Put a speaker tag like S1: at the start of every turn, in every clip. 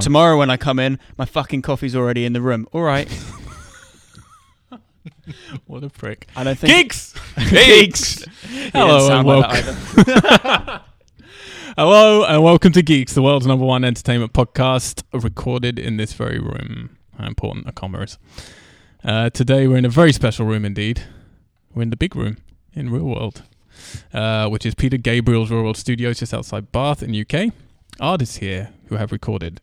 S1: tomorrow when I come in, my fucking coffee's already in the room. All right.
S2: What a prick.
S1: I don't think.
S2: Geeks! Geeks! Hello and welcome. Hello and welcome to Geeks, the world's number one entertainment podcast, recorded in this very room. How important a comma is. Uh, today we're in a very special room indeed. We're in the big room in Real World, uh, which is Peter Gabriel's Real World Studios just outside Bath in UK. Artists here who have recorded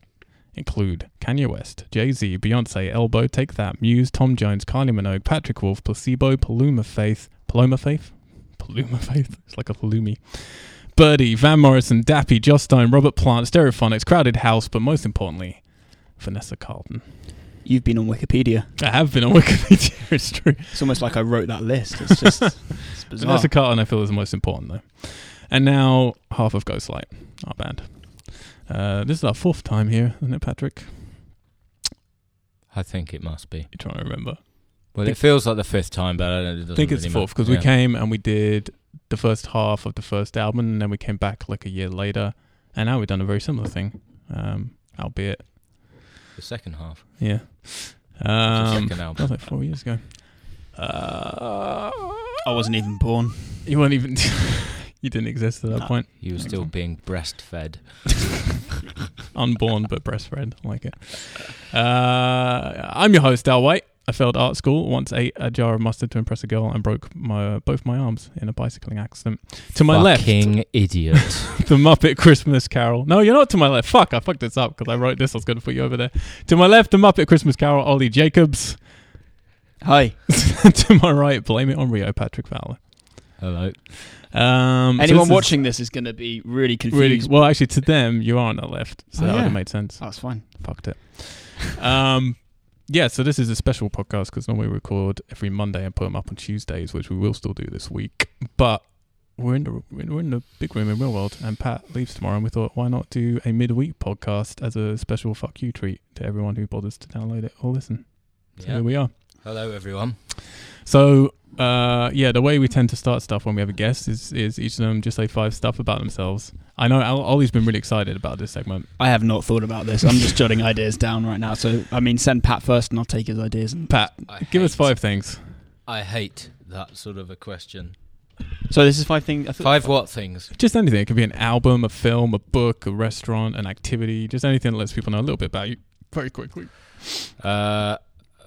S2: include Kanye West, Jay Z, Beyonce, Elbow, Take That, Muse, Tom Jones, Kylie Minogue, Patrick Wolf, Placebo, Paloma Faith, Paloma Faith, Paloma Faith. It's like a Palumi. Birdie, Van Morrison, Dappy, Joss Stone, Robert Plant, Stereophonics, Crowded House, but most importantly, Vanessa Carlton.
S1: You've been on Wikipedia.
S2: I have been on Wikipedia, it's true.
S1: It's almost like I wrote that list. It's just it's bizarre.
S2: Vanessa Carlton, I feel, is the most important, though. And now, half of Ghostlight, our band. Uh, this is our fourth time here, isn't it, Patrick?
S3: I think it must be.
S2: You're trying to remember.
S3: Well,
S2: Think-
S3: it feels like the fifth time, but I don't. It doesn't
S2: I think it's
S3: really
S2: fourth
S3: matter.
S2: because we
S3: Yeah.
S2: came and we did the first half of the first album, and then we came back like a year later, and now we've done a very similar thing, um, albeit
S3: the second half.
S2: yeah.
S3: It's the
S2: Um,
S3: second
S2: that was
S3: album.
S2: like four years ago. Uh,
S1: I wasn't even born.
S2: You weren't even. you didn't exist at that
S1: No.
S2: point.
S3: You were still being breastfed.
S2: Unborn but breastfed. I like it. Uh, I'm your host, Al White. I failed art school, once ate a jar of mustard to impress a girl, and broke my both my arms in a bicycling accident. To my left,
S3: Fucking idiot.
S2: the Muppet Christmas Carol. No, you're not to my left. Fuck, I fucked this up because I wrote this. I was going to put you over there. To my left, the Muppet Christmas Carol, Ollie Jacobs.
S1: Hi.
S2: to my right, blame it on Rio, Patrick Fowler.
S3: Hello.
S2: Um, so
S1: Anyone
S2: this is
S1: watching this is going to be really
S2: Really,
S1: confused.
S2: well, actually, to them, you are on the left, so
S1: Oh,
S2: that would
S1: yeah.
S2: have made sense.
S1: Oh, that's fine.
S2: fucked it. Um, yeah, so this is a special podcast because normally we record every Monday and put them up on Tuesdays, which we will still do this week. But we're in the we're in the big room in real world, and Pat leaves tomorrow, and we thought why not do a midweek podcast as a special fuck you treat to everyone who bothers to download it or listen. So
S3: Yeah.
S2: here we are.
S3: Hello, everyone.
S2: So uh, yeah, the way we tend to start stuff when we have a guest is is each of them just say five stuff about themselves. I know Al- Ollie's been really excited about this segment.
S1: I have not thought about this. I'm just jotting ideas down right now. So, I mean, send Pat first and I'll take his ideas. And...
S2: Pat,
S3: I
S2: give us
S3: hate-
S2: five things.
S3: I hate that sort of a question.
S1: So, this is five things. I thought-
S3: Five what things?
S2: Just anything. It could be an album, a film, a book, a restaurant, an activity. Just anything that lets people know a little bit about you very quickly.
S3: Uh,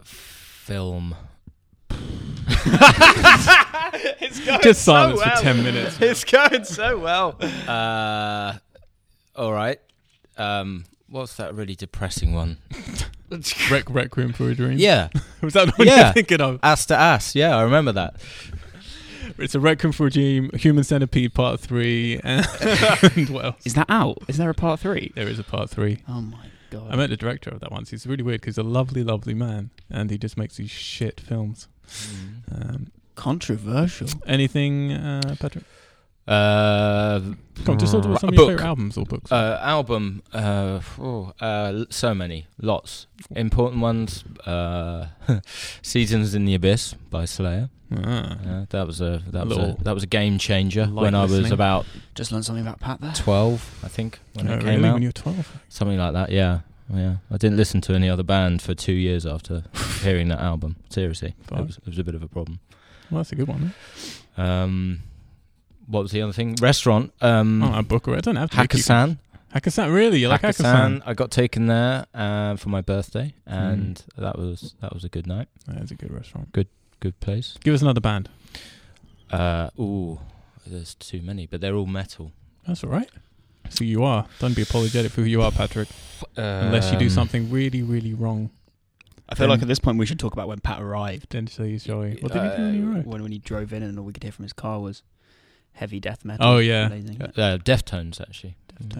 S3: film.
S1: It's going
S2: Just silence
S3: well.
S2: for ten minutes.
S3: It's going so well. Uh, all right. Um, what's that really depressing one?
S2: Rec Requiem for a Dream.
S3: Yeah,
S2: was that the one
S3: Yeah.
S2: you're thinking of?
S3: ass to ass. Yeah, I remember that.
S2: It's a Requiem for a Dream, Human Centipede Part Three, and, and what else?
S1: Is that out? Is there a part three?
S2: There is a Part Three.
S1: Oh, my God.
S2: I met the director of that once. He's really weird because he's a lovely, lovely man, and he just makes these shit films. Um,
S1: Controversial.
S2: anything, uh, Patrick?
S3: Uh,
S2: Come on, just talk
S3: Right,
S2: about some
S3: a
S2: of your
S3: Uh, book.
S2: favorite albums or books.
S3: Uh, album, uh, oh, uh, l- so many, lots. Important ones. Uh, Seasons in the Abyss by Slayer.
S2: Ah.
S3: Uh, that was a that was
S2: Little-
S3: a, that was a game changer
S2: Light
S3: when I was
S2: listening.
S3: about
S1: Just learned something about Pat there.
S3: twelve, I think, when
S2: Oh,
S3: it
S2: really?
S3: came out,
S2: When you were twelve?
S3: something like that. Yeah, yeah. I didn't listen to any other band for two years after hearing that album. Seriously, it
S2: Fuck.
S3: was, it was a bit of a problem.
S2: Well, that's a good one.
S3: Um, what was the other thing? Restaurant. Um,
S2: Oh, a book. or- I don't have to. be cute.
S3: Hakusan.
S2: Hakusan. Really? You like Hakusan?
S3: Hakkasan, I got taken there uh, for my birthday,
S2: Hmm.
S3: and that was that was a good night,
S2: That's a good restaurant.
S3: good place.
S2: Give us another band.
S3: Uh, ooh, there's too many, but they're all metal.
S2: That's all right. That's who you are. Don't be apologetic for who you are, Patrick. Unless you do
S3: Um,
S2: something really, really wrong.
S1: I feel like at this point we should talk about when Pat arrived.
S2: Then so you sorry. What did you do when you
S1: Uh,
S2: wrote?
S1: When, when he drove in and all we could hear from his car was heavy death metal.
S2: Oh, yeah.
S1: Amazing.
S3: Uh, Deftones actually.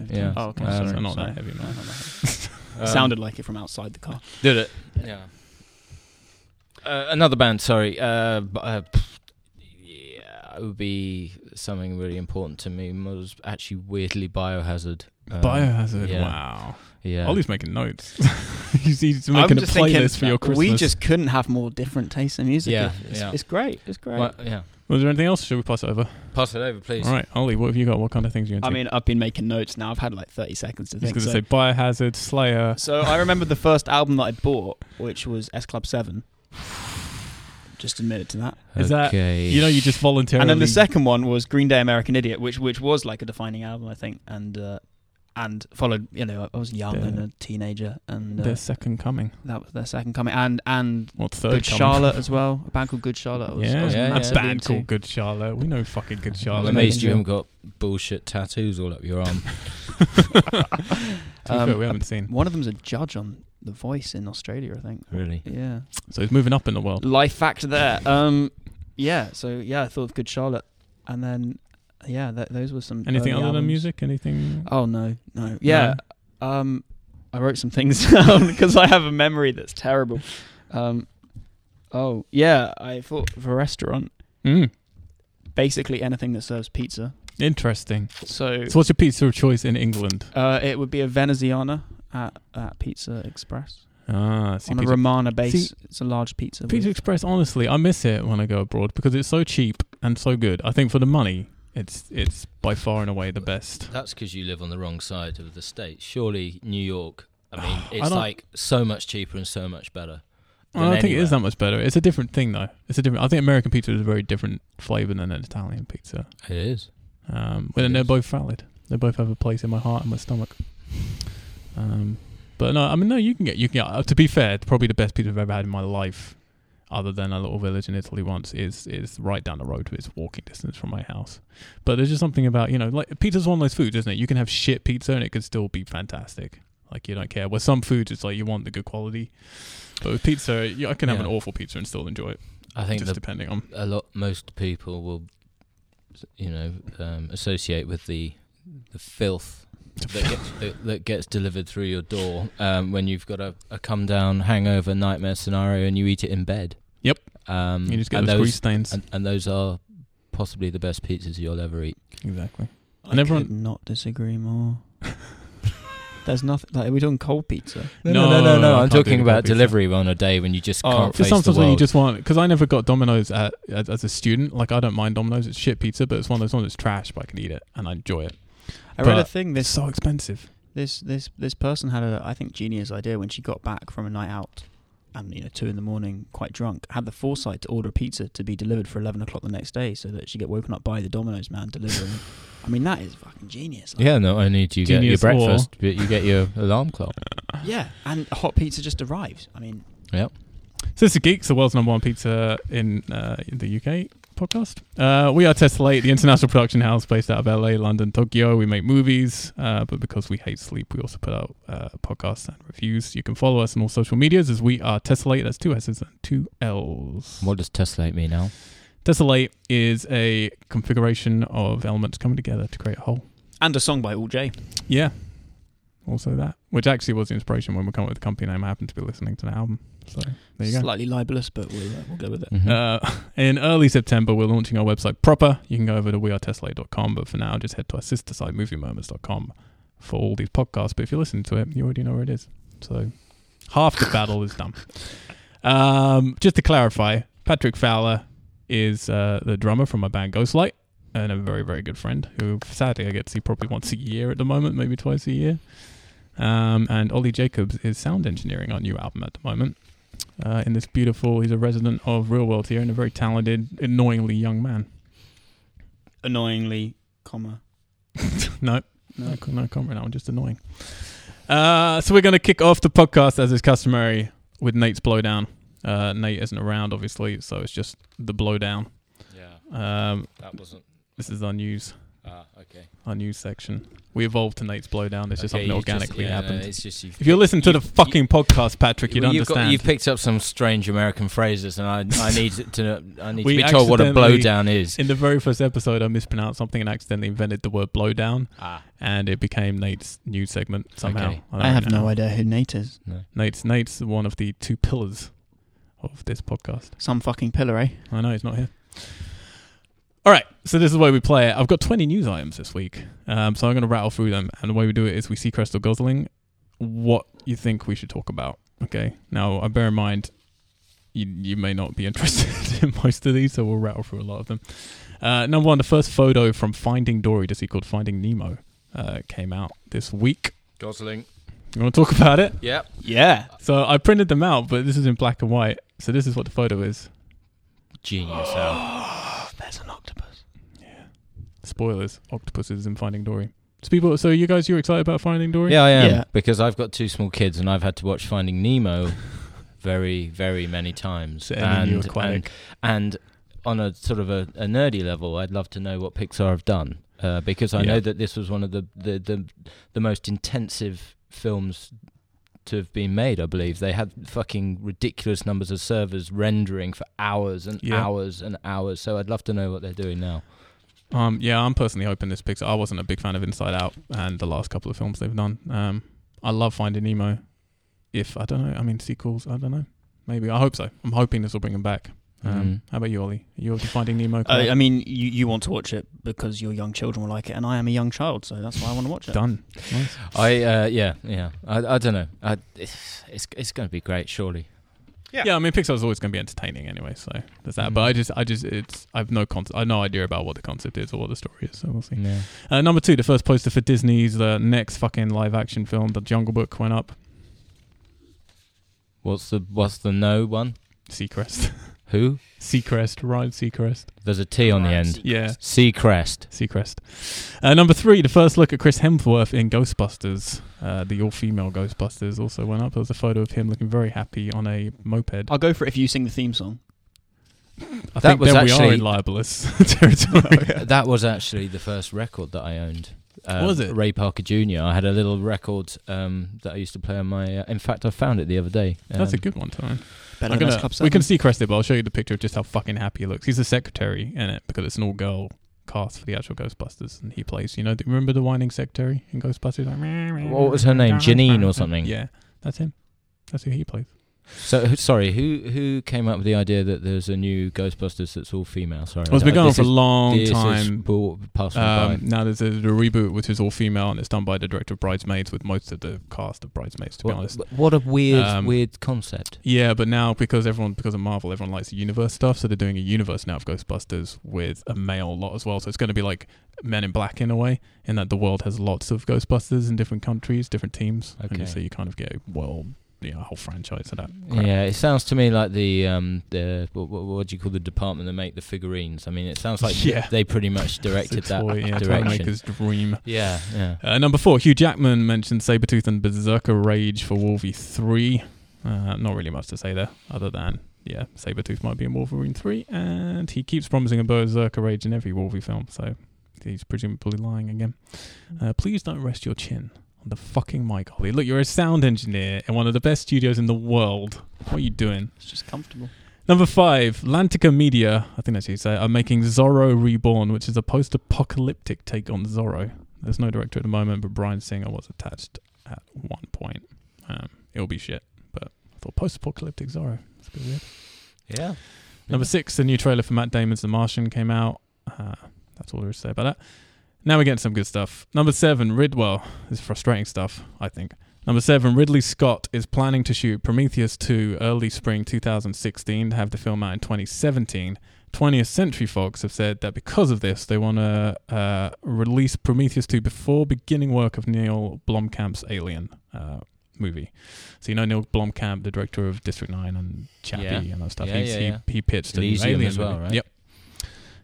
S3: yeah.
S1: Oh, okay.
S3: Uh,
S1: sorry,
S2: so not
S1: sorry.
S2: that heavy,
S1: No,
S2: man.
S1: no, no.
S2: Uh,
S3: Um,
S1: Sounded like it from outside the car.
S3: did it. Yeah. Uh, another band, sorry. Uh, b- uh, pff, yeah, it would be something really important to me. Was actually weirdly Biohazard. Um,
S2: Biohazard.
S3: yeah.
S2: Wow.
S3: Yeah.
S2: Ollie's making notes. he's, he's making a
S1: Uh,
S2: playlist for your Christmas.
S1: We just couldn't have more different tastes in music.
S3: Yeah,
S1: it's,
S3: yeah.
S1: it's great. It's great.
S3: Well, yeah.
S2: Well, Was there anything else? Should we pass it over?
S3: Pass it over, please.
S2: All right, Ollie, what have you got? What kind of things are you
S1: I
S2: going to
S1: mean, I've been making notes now. I've had like 30 seconds to
S2: I was
S1: think.
S2: going
S1: So,
S2: to say Biohazard, Slayer.
S1: so I remember the first album that I bought, which was S Club 7. Just admitted to that.
S2: Is that-
S3: okay.
S2: You know, you just voluntarily.
S1: And then the second one was Green Day American Idiot, which which was like a defining album, I think, and uh, and followed. You know, I was young
S2: The-
S1: and a teenager, and uh,
S2: Their second coming.
S1: that was their second coming, and and
S2: What's third
S1: Good
S2: coming?
S1: Charlotte as well, a band called Good Charlotte. I was, I
S2: yeah,
S1: was
S3: yeah,
S2: a
S1: massively
S2: band
S1: into.
S2: called Good Charlotte. We know fucking Good
S3: I'm
S2: Charlotte.
S3: amazed you haven't got bullshit tattoos all up your arm.
S2: To be
S1: Um,
S2: fair, we haven't seen.
S1: One of them's a judge on The Voice in Australia, I think.
S3: really?
S1: Yeah,
S2: So it's moving up in the
S3: uh,
S2: world.
S1: life fact there. Um, yeah, so yeah, I thought of Good Charlotte, and then yeah, th- those were some
S2: Anything
S1: early
S2: other than
S1: albums.
S2: music? Anything?
S3: Uh,
S1: Oh no, no, yeah. Um, I wrote some things down because I have a memory that's terrible. Um, oh yeah, I thought of a restaurant.
S2: Mm,
S1: Basically, anything that serves pizza.
S2: interesting.
S1: So
S2: So what's your pizza of choice in England?
S1: uh, it would be a Veneziana at, at Pizza Express
S2: Ah, see,
S1: on a
S2: pizza,
S1: Romana base.
S2: See-
S1: it's a large pizza.
S2: Pizza
S1: with-
S2: Express. Honestly, I miss it when I go abroad because it's so cheap and so good. I think for the money, it's it's by far and away the best.
S3: That's because you live on the wrong side of the state. Surely New York. I mean,
S2: I
S3: it's
S2: don't-
S3: like so much cheaper and so much better.
S2: I don't
S3: than
S2: think it is
S3: anywhere.
S2: that much better. It's a different thing though. It's a different. I think American pizza is a very different flavor than an Italian pizza.
S3: It is.
S2: Um, and
S3: Yes.
S2: they're both valid. They both have a place in my heart and my stomach. Um, but no, I mean no. You can get you can get. Uh, to be fair, it's probably the best pizza I've ever had in my life, other than a little village in Italy once. Is is right down the road. It's walking distance from my house. But there's just something about you know like pizza's one of those foods, isn't it? You can have shit pizza and it could still be fantastic. Like you don't care. With some foods, it's like you want the good quality. But with pizza, you, I can have
S3: Yeah.
S2: an awful pizza and still enjoy it.
S3: I think
S2: Just
S3: the,
S2: depending on
S3: a lot. Most people will, you know, um, associate with the the filth that gets, that, that gets delivered through your door um, when you've got a, a come down hangover nightmare scenario and you eat it in bed.
S2: Yep.
S3: Um,
S2: you just get
S3: and
S2: those grease
S3: those
S2: stains.
S3: and, and those are possibly the best pizzas you'll ever eat.
S2: exactly.
S1: I
S2: and everyone-
S1: could not disagree more. There's nothing like we're doing cold pizza.
S3: No,
S2: No,
S3: no, no, no, no.
S2: I
S3: I'm
S2: can't do
S3: talking
S2: the
S3: about
S2: pizza.
S3: delivery on a day when you just can't
S2: Because
S3: face the
S2: Uh, sometimes when you
S3: world.
S2: just want, because I never got Domino's at, as, as a student. Like I don't mind Domino's; it's shit pizza, but it's one of those ones that's trash, but I can eat it and I enjoy it.
S1: I read a
S2: But-
S1: thing this
S2: It's so expensive.
S1: this this this person had a I think genius idea when she got back from a night out and you know two in the morning quite drunk had the foresight to order a pizza to be delivered for eleven o'clock the next day so that she get woken up by the Domino's man delivering. it. I mean that is fucking genius. like-
S3: yeah, not only do you get your
S2: Genius or-
S3: breakfast, but you get your alarm clock.
S1: yeah, and a hot pizza just arrives. I mean
S2: So this is Geeks, the world's number one pizza in, uh, in the UK podcast. Uh, we are Tesla 8, the international production house based out of LA, London, Tokyo. We make movies, uh, but because we hate sleep, we also put out uh, podcasts and reviews. You can follow us on all social medias as we are Tesla 8. That's two S's and two L's.
S3: What does tessellate mean now?
S2: Tessellate is a configuration of elements coming together to create a whole.
S1: and a song by All J.
S2: Yeah. Also that, which actually was the inspiration when we come up with the company name. I happened to be listening to the album, so there you go.
S1: Slightly libelous, but we'll, uh, we'll go with it.
S3: Mhm.
S2: Uh, in early September, we're launching our website proper. You can go over to wearetesla.com, but for now, just head to our sister site, moviemurmurs.com, for all these podcasts. But if you're listening to it, you already know where it is. So half the battle is done. Um, just to clarify, Patrick Fowler is uh, the drummer from my band Ghostlight and a very, very good friend who sadly I get to see probably once a year at the moment, maybe twice a year. Um, and Ollie Jacobs is sound engineering our new album at the moment. Uh, in this beautiful, he's a resident of Real World here and a very talented, annoyingly young man.
S1: Annoyingly, comma.
S2: No,
S1: No.
S2: no, no comment. That one just annoying. Uh, so we're going to kick off the podcast as is customary with Nate's blowdown. Uh, Nate isn't around, obviously, so it's just the blowdown.
S3: Yeah,
S2: Um,
S3: that wasn't.
S2: this is our news,
S3: Ah, okay.
S2: our news section. We evolved to Nate's blowdown. It's just
S3: Okay,
S2: something
S3: you've
S2: organically
S3: yeah, no,
S2: happened.
S3: it's just you've
S2: If you listen to the fucking podcast, Patrick, you'd
S3: Well, you've,
S2: understand.
S3: Got, you've picked up some strange American phrases, and I, I need to I need
S2: We
S3: to be told what a
S2: accidentally-
S3: blowdown is.
S2: In the very first episode, I mispronounced something and accidentally invented the word blowdown,
S3: Ah,
S2: and it became Nate's news segment somehow.
S3: Okay.
S2: don't
S1: I have
S2: know.
S1: no idea who Nate is.
S3: no.
S2: Nate's Nate's one of the two pillars of this podcast.
S1: Some fucking pillar, eh?
S2: I know he's not here. All right, so this is where we play it. I've got 20 news items this week, um, so I'm going to rattle through them. And the way we do it is we see Crystal Gosling, what you think we should talk about. Okay, now I bear in uh, mind you, you may not be interested in most of these, so we'll rattle through a lot of them. Uh, number one, the first photo from Finding Dory, the sequel to Finding Nemo, uh, came out this week.
S3: Gosling.
S2: You want to talk about it?
S3: Yep.
S1: Yeah.
S2: So I printed them out, but this is in black and white. So this is what the photo is.
S3: Genius, Al.
S1: There's an octopus.
S2: Spoilers: octopuses in Finding Dory. So people, so you guys, you're excited about Finding Dory?
S3: Yeah, I am.
S1: Yeah.
S3: Because I've got two small kids and I've had to watch Finding Nemo very, very many times.
S2: It's Ellen and,
S3: and, and, and on a sort of a, a nerdy level, I'd love to know what Pixar have done. Uh, because I
S2: Yeah.
S3: know that this was one of the, the, the, the most intensive films to have been made, I believe. They had fucking ridiculous numbers of servers rendering for hours and
S2: Yeah.
S3: hours and hours. So I'd love to know what they're doing now.
S2: Um, yeah, I'm personally hoping this picks. I wasn't a big fan of Inside Out and the last couple of films they've done. Um, I love Finding Nemo. If I don't know, I mean sequels. I don't know. Maybe I hope so. I'm hoping this will bring them back. Um,
S3: Mhm.
S2: How about you, Ollie? Are you a Finding Nemo?
S1: Mm. I,
S2: guy?
S1: I mean, you, you want to watch it because your young children will like it, and I am a young child, so that's why I want to watch it.
S2: Done. Nice.
S3: I uh, yeah yeah I, I don't know I, it's it's, it's going to be great surely
S2: Yeah. I mean Pixar's always going to be entertaining anyway, so there's that. But
S3: Mhm.
S2: I just, I just, it's, I've no concept, I no idea about what the concept is or what the story is. So we'll see.
S3: yeah
S2: Uh, number two, the first poster for Disney's uh, next fucking live action film, The Jungle Book, went up.
S3: what's the what's the no one
S2: Seacrest,
S3: who
S2: Seacrest, Ryan Seacrest,
S3: there's a T on the end
S2: yeah,
S3: Seacrest
S2: Seacrest. Uh, number three, the first look at Chris Hemsworth in Ghostbusters, uh, the all-female Ghostbusters, also went up. There was a photo of him looking very happy on a moped.
S1: I'll go for it if you sing the theme song.
S2: I
S3: That
S2: think
S3: was
S2: then we are
S3: actually-
S2: in libelous territory.
S3: that was actually the first record that I owned Um,
S2: Was it?
S3: Ray Parker Jr. I had a little record um, that I used to play on my uh, in fact I found it the other day
S2: That's a
S3: Um,
S2: good one, Tyron.
S1: Better
S2: I'm
S1: than
S2: gonna-
S1: S Club
S2: we
S1: 7.
S2: can see Crested, but I'll show you the picture of just how fucking happy he looks. He's the secretary in it because it's an all girl cast for the actual Ghostbusters, and he plays. You know, the, remember the whining secretary in Ghostbusters? Like, "Meow, meow,
S3: What was her name?
S2: meow,
S3: Janine
S2: meow."
S3: or something?
S2: Yeah, that's him. That's who he plays.
S3: so who- sorry who who came up with the idea that there's a new Ghostbusters that's all female sorry
S2: Well, it's been
S3: Uh,
S2: going on
S3: this
S2: for a
S3: is-
S2: long
S3: this is
S2: time.
S3: brought- passed me by.
S2: Um, now there's a, the reboot, which is all female, and it's done by the director of Bridesmaids, with most of the cast of Bridesmaids, to be
S3: What-
S2: honest.
S3: What a weird,
S2: Um,
S3: weird concept.
S2: Yeah, but now because everyone because of Marvel, everyone likes the universe stuff, so they're doing a universe now of Ghostbusters with a male lot as well. So it's going to be like Men in Black in a way, in that the world has lots of Ghostbusters in different countries, different teams,
S3: Okay.
S2: and so you kind of get a world, you know, a whole franchise of that. crap.
S3: Yeah, it sounds to me like the um the what, what, what do you call the department that make the figurines? I mean, it sounds like
S2: Yeah.
S3: they pretty
S2: It's
S3: much
S2: a
S3: directed that
S2: toy, yeah,
S3: direction.
S2: Toymaker's dream.
S3: Yeah, yeah.
S2: Uh, number four, Hugh Jackman mentioned Sabretooth and Berserker Rage for Wolverine 3. Uh, not really much to say there, other than, yeah, Sabretooth might be in Wolverine 3, and he keeps promising a Berserker Rage in every Wolverine film, so he's presumably lying again. Uh, please don't rest your chin on the fucking mic, Ollie. Look, you're a sound engineer in one of the best studios in the world. What are you doing?
S1: It's just comfortable.
S2: Number five, Lantica Media, I think that's how you say, it, are making Zorro Reborn, which is a post apocalyptic take on Zorro. There's no director at the moment, but Brian Singer was attached at one point. Um, it'll be shit, but I thought post apocalyptic Zorro. That's a bit weird.
S3: Yeah.
S2: Number six, the new trailer for Matt Damon's The Martian came out. Uh, that's all there is to say about that. Now we're getting some good stuff. Number seven, Ridwell. This is frustrating stuff, I think. Number seven, Ridley Scott is planning to shoot Prometheus 2 early spring 2016 to have the film out in 2017. 20th Century Fox have said that because of this, they want to uh, release Prometheus 2 before beginning work of Neil Blomkamp's Alien uh, movie. So you know Neil Blomkamp, the director of District 9 and Chappie
S3: Yeah.
S2: and that stuff.
S3: Yeah,
S2: He's-
S3: yeah,
S2: he,
S3: yeah.
S2: he pitched
S3: Elysium
S2: a new Alien
S3: as well,
S2: movie.
S3: right?
S2: Yep.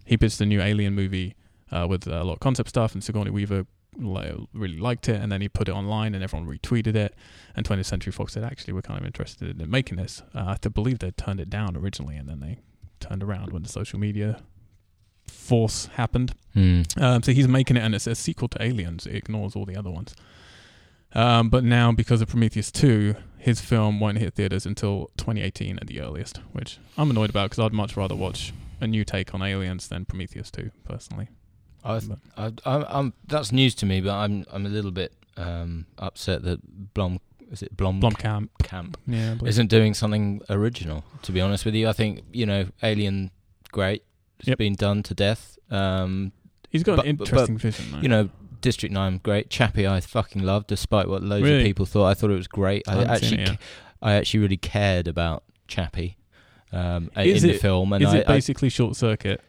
S2: He pitched a new Alien movie uh, with a lot of concept stuff, and Sigourney Weaver like, really liked it, and then he put it online, and everyone retweeted it. And 20th Century Fox said, actually, we're kind of interested in making this. Uh, I have to believe they turned it down originally, and then they turned around when the social media force happened.
S3: Hmm.
S2: Um, so he's making it, and it's a sequel to Aliens. It ignores all the other ones. Um, but now, because of Prometheus 2, his film won't hit theaters until 2018 at the earliest, which I'm annoyed about because I'd much rather watch a new take on Aliens than Prometheus 2, personally.
S3: I,
S2: But-
S3: I, I, am that's news to me, but I'm, I'm a little bit um, upset that Blom, is it Blom,
S2: Blomkamp.
S3: Camp
S2: Yeah, I believe.
S3: isn't doing something original. To be honest with you, I think you know, Alien, great, it's
S2: Yep.
S3: been done to death. Um,
S2: He's got
S3: but-
S2: an
S3: but-
S2: interesting vision, though.
S3: you know, District Nine, great. Chappie, I fucking loved, despite what loads
S2: Really?
S3: of people thought. I thought it was great.
S2: I
S3: I,
S2: haven't seen
S3: actually,
S2: it yet.
S3: I actually really cared about Chappie. um, a-
S2: Is
S3: in the
S2: it-
S3: film. And
S2: is
S3: I,
S2: it
S3: I-
S2: basically short circuit?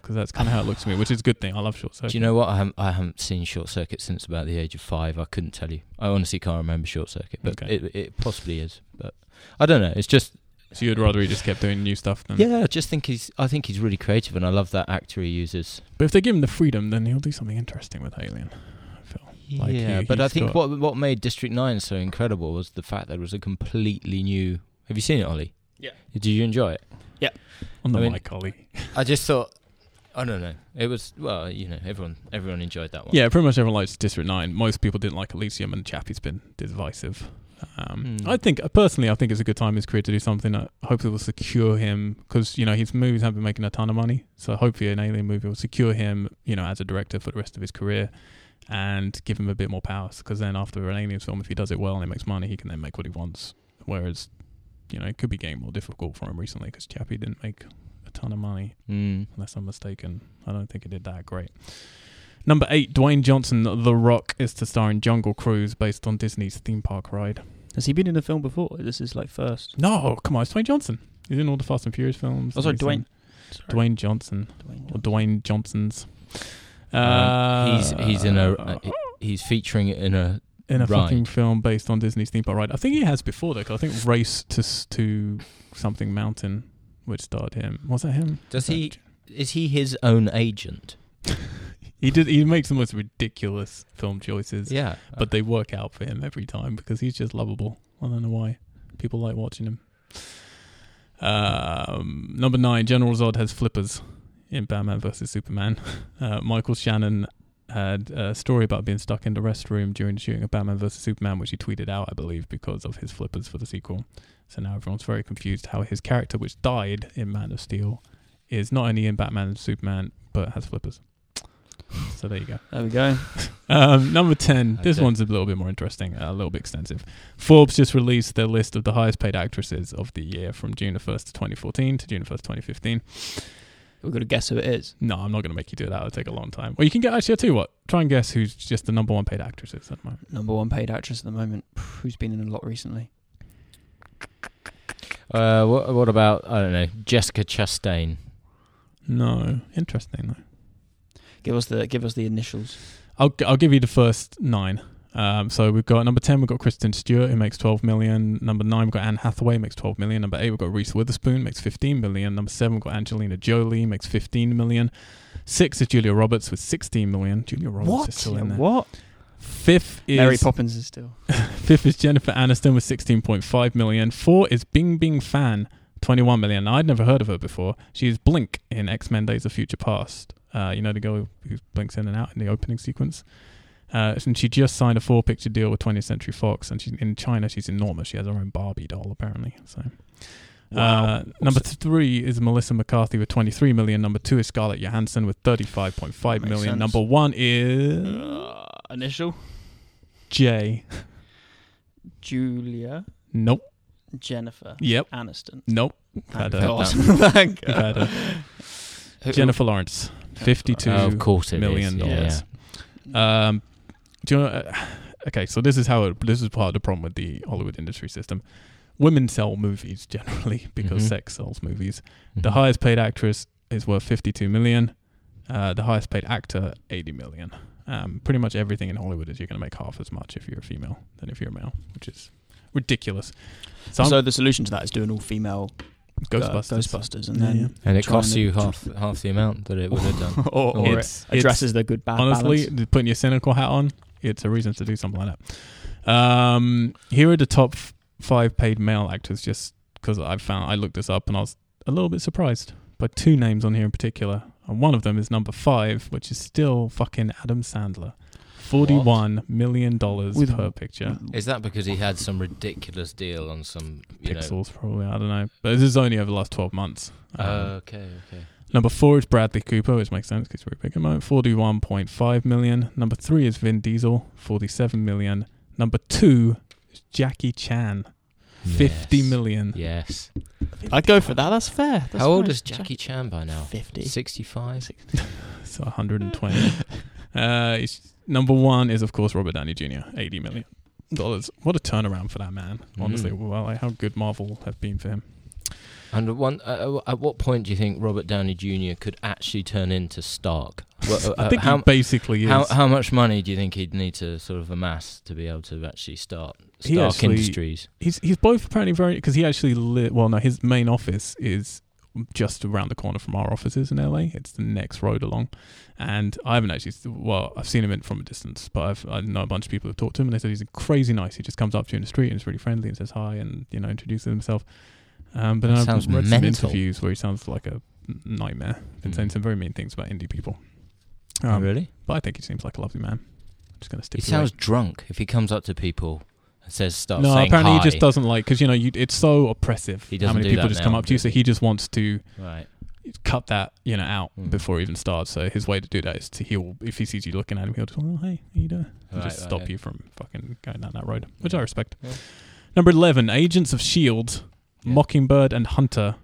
S2: Because that's kind of how it looks to me, which is a good thing. I love short circuit.
S3: do you know what? I haven't, I haven't seen Short Circuit since about the age of five. I couldn't tell you. I honestly can't remember Short Circuit, but
S2: Okay.
S3: it, it possibly is. But I don't know. It's just
S2: so you'd rather he just kept doing new stuff than
S3: yeah. I just think he's. I think he's really creative, and I love that actor he uses.
S2: But if they give him the freedom, then he'll do something interesting with Alien. Like
S3: yeah,
S2: he-
S3: but I
S2: he's
S3: think
S2: got-
S3: what what made District Nine so incredible was the fact that it was a completely new. Have you seen it, Ollie?
S1: Yeah.
S3: Did you enjoy it?
S2: On the
S3: I mean-
S2: mic, Ollie.
S3: I just thought. I don't know. It was well, you know, everyone everyone enjoyed that one.
S2: Yeah, pretty much everyone likes District Nine. Most people didn't like Elysium, and Chappie's been divisive. Um,
S3: Hmm.
S2: I think personally, I think it's a good time his career to do something that hopefully will secure him because you know his movies have been making a ton of money. So hopefully, an Alien movie will secure him, you know, as a director for the rest of his career and give him a bit more power. Because then, after an Alien film, if he does it well and it makes money, he can then make what he wants. Whereas, you know, it could be getting more difficult for him recently because Chappie didn't make a ton of money
S3: Mm.
S2: unless I'm mistaken. I don't think it did that great. Number eight, Dwayne Johnson, The Rock, is to star in Jungle Cruise, based on Disney's theme park ride.
S1: Has he been in a film before? This is like first.
S2: No, come on, it's Dwayne Johnson. He's in all the Fast and Furious films.
S1: Oh, sorry,
S2: He's in-
S1: Dwayne. Sorry,
S2: Dwayne Johnson
S1: Dwayne.
S2: or Dwayne Johnson's.
S3: Um, he's he's in a
S2: Uh,
S3: uh, he's featuring it in a
S2: in a
S3: Right.
S2: fucking film based on Disney's theme park ride. I think he has before though. 'cause I think Race to S- to something mountain, which starred him. Was that him?
S3: Does
S2: Was
S3: he-
S2: that-
S3: is he his own agent?
S2: He did. He makes the most ridiculous film choices.
S3: Yeah,
S2: but they work out for him every time because he's just lovable. I don't know why people like watching him. Um, number nine, General Zod has flippers in Batman vs Superman. Uh, Michael Shannon had a story about being stuck in the restroom during the shooting of Batman vs Superman, which he tweeted out, I believe, because of his flippers for the sequel. So now everyone's very confused how his character, which died in Man of Steel, is not only in Batman and Superman but has flippers. So there you go.
S1: There we go.
S2: Um, number 10. This
S3: Okay.
S2: one's a little bit more interesting, a little bit extensive. Forbes just released their list of the highest paid actresses of the year from June the 1st to 2014 to June the 1st, 2015.
S1: We've got to guess who it is.
S2: No, I'm not going to make you do that. It'll take a long time. Well, you can get, actually, I'll tell you what. Try and guess who's just the number one paid actresses at the moment.
S1: Number one paid actress at the moment. Who's been in a lot recently?
S3: Uh, what what about I don't know Jessica Chastain?
S2: No. Interesting, though.
S1: Give us the give us the initials.
S2: I'll, g- I'll give you the first nine. Um, so we've got number 10, we've got Kristen Stewart, who makes 12 million. Number 9, we've got Anne Hathaway, makes 12 million. Number 8, we've got Reese Witherspoon, makes 15 million. Number 7, we've got Angelina Jolie, makes 15 million. 6 is Julia Roberts with 16 million. Julia Roberts is still in there.
S1: What?
S2: Fifth is
S1: Mary Poppins is still.
S2: Fifth is Jennifer Aniston with 16.5 million. Four is Bing Bing Fan, 21 million. Now, I'd never heard of her before. She is Blink in X Men Days of Future Past. Uh, you know, the girl who blinks in and out in the opening sequence. Uh, and she just signed a four picture deal with 20th Century Fox. And she's in China, she's enormous. She has her own Barbie doll, apparently. So. Uh, number three is Melissa McCarthy with 23 million. Number two is Scarlett Johansson with 35.5
S1: Makes
S2: million.
S1: sense. Uh.
S2: Number one is
S1: initial
S2: Jay.
S1: Julia
S2: Nope.
S1: Jennifer
S2: Yep.
S1: Aniston.
S2: Nope. Had a-
S1: God. Thank
S2: We've had
S1: God.
S2: a- Jennifer Lawrence, fifty-two
S3: Oh,
S2: million
S3: of course it is. Yeah,
S2: dollars. Um, do you know? Uh, okay, so this is how it, this is part of the problem with the Hollywood industry system. Women sell movies generally because
S3: Mhm.
S2: sex sells movies.
S3: yeah.
S2: The highest paid actress is worth fifty-two million. Uh, the highest paid actor, eighty million. Um, pretty much everything in Hollywood is you're going to make half as much if you're a female than if you're a male, which is ridiculous. So, I'm-
S1: So the solution to that is doing all female
S2: Ghostbusters.
S1: uh, Ghostbusters, and
S2: Yeah,
S1: then
S2: yeah.
S3: And it
S1: try
S3: costs
S1: and-
S3: you half half the amount that it would have done.
S1: or, or it
S2: It's- it's-
S1: addresses the good bad
S2: honestly,
S1: balance.
S2: th- putting your cynical hat on, it's a reason to do something like that. Um, here are the top f- five paid male actors, just because I found I looked this up and I was a little bit surprised by two names on here in particular, and one of them is number five, which is still fucking Adam Sandler, forty-one million dollars
S1: With-
S2: per picture.
S3: Is that because he had some ridiculous deal on some you know?
S2: Pixels, probably. I don't know, but this is only over the last twelve months. Um,
S3: Oh, okay, okay.
S2: Number four is Bradley Cooper, which makes sense because we're big at the moment. Forty-one point five million. Number three is Vin Diesel, forty-seven million. Number two is Jackie Chan, fifty
S3: Yes.
S2: million.
S3: Yes.
S1: I'd go for that. That's fair. That's
S3: How old
S1: nice.
S3: is Jackie Chan by now?
S1: Fifty.
S3: Sixty-five.
S2: So one hundred and twenty. uh, it's- number one is of course Robert Downey Jr. eighty million dollars. What a turnaround for that man. Honestly,
S3: Mm.
S2: well, like, how good Marvel have been for him.
S3: And one, uh, at what point do you think Robert Downey Jr. could actually turn into Stark? Well, uh,
S2: I think
S3: how,
S2: he basically is.
S3: how how much money do you think he'd need to sort of amass to be able to actually start
S2: He
S3: Stark
S2: actually-
S3: Industries?
S2: he's he's both apparently very because he actually li- well no his main office is just around the corner from our offices in LA. It's the next road along, and I haven't actually well I've seen him in from a distance, but I've I know a bunch of people who've talked to him and they said he's crazy nice. He just comes up to you in the street and is really friendly and says hi and you know introduces himself. Um, but
S3: That
S2: then I've
S3: sounds
S2: read some
S3: mental.
S2: interviews where he sounds like a nightmare. Been
S3: Mm.
S2: saying some very mean things about indie people.
S3: Oh,
S2: Um,
S3: really?
S2: But I think he seems like a lovely man. I'm just gonna stick.
S3: He
S2: with
S3: sounds drunk if he comes up to people and says stuff.
S2: no,
S3: saying
S2: apparently
S3: hi.
S2: he just doesn't like because you know you, it's so oppressive.
S3: He
S2: how
S3: doesn't
S2: many
S3: do
S2: people
S3: that
S2: just come
S3: now,
S2: up to you,
S3: does
S2: so
S3: he?
S2: he just wants to
S3: Right.
S2: cut that you know out
S3: Mm.
S2: before he even starts. So his way to do that is to he'll if he sees you looking at him, he'll just oh hey, how you doing? And
S3: Right,
S2: just
S3: right,
S2: stop
S3: yeah.
S2: you from fucking going down that road, which I
S3: Yeah.
S2: respect.
S3: Yeah.
S2: Number eleven, Agents of Shield,
S3: Yeah.
S2: E Mockingbird and Hunter.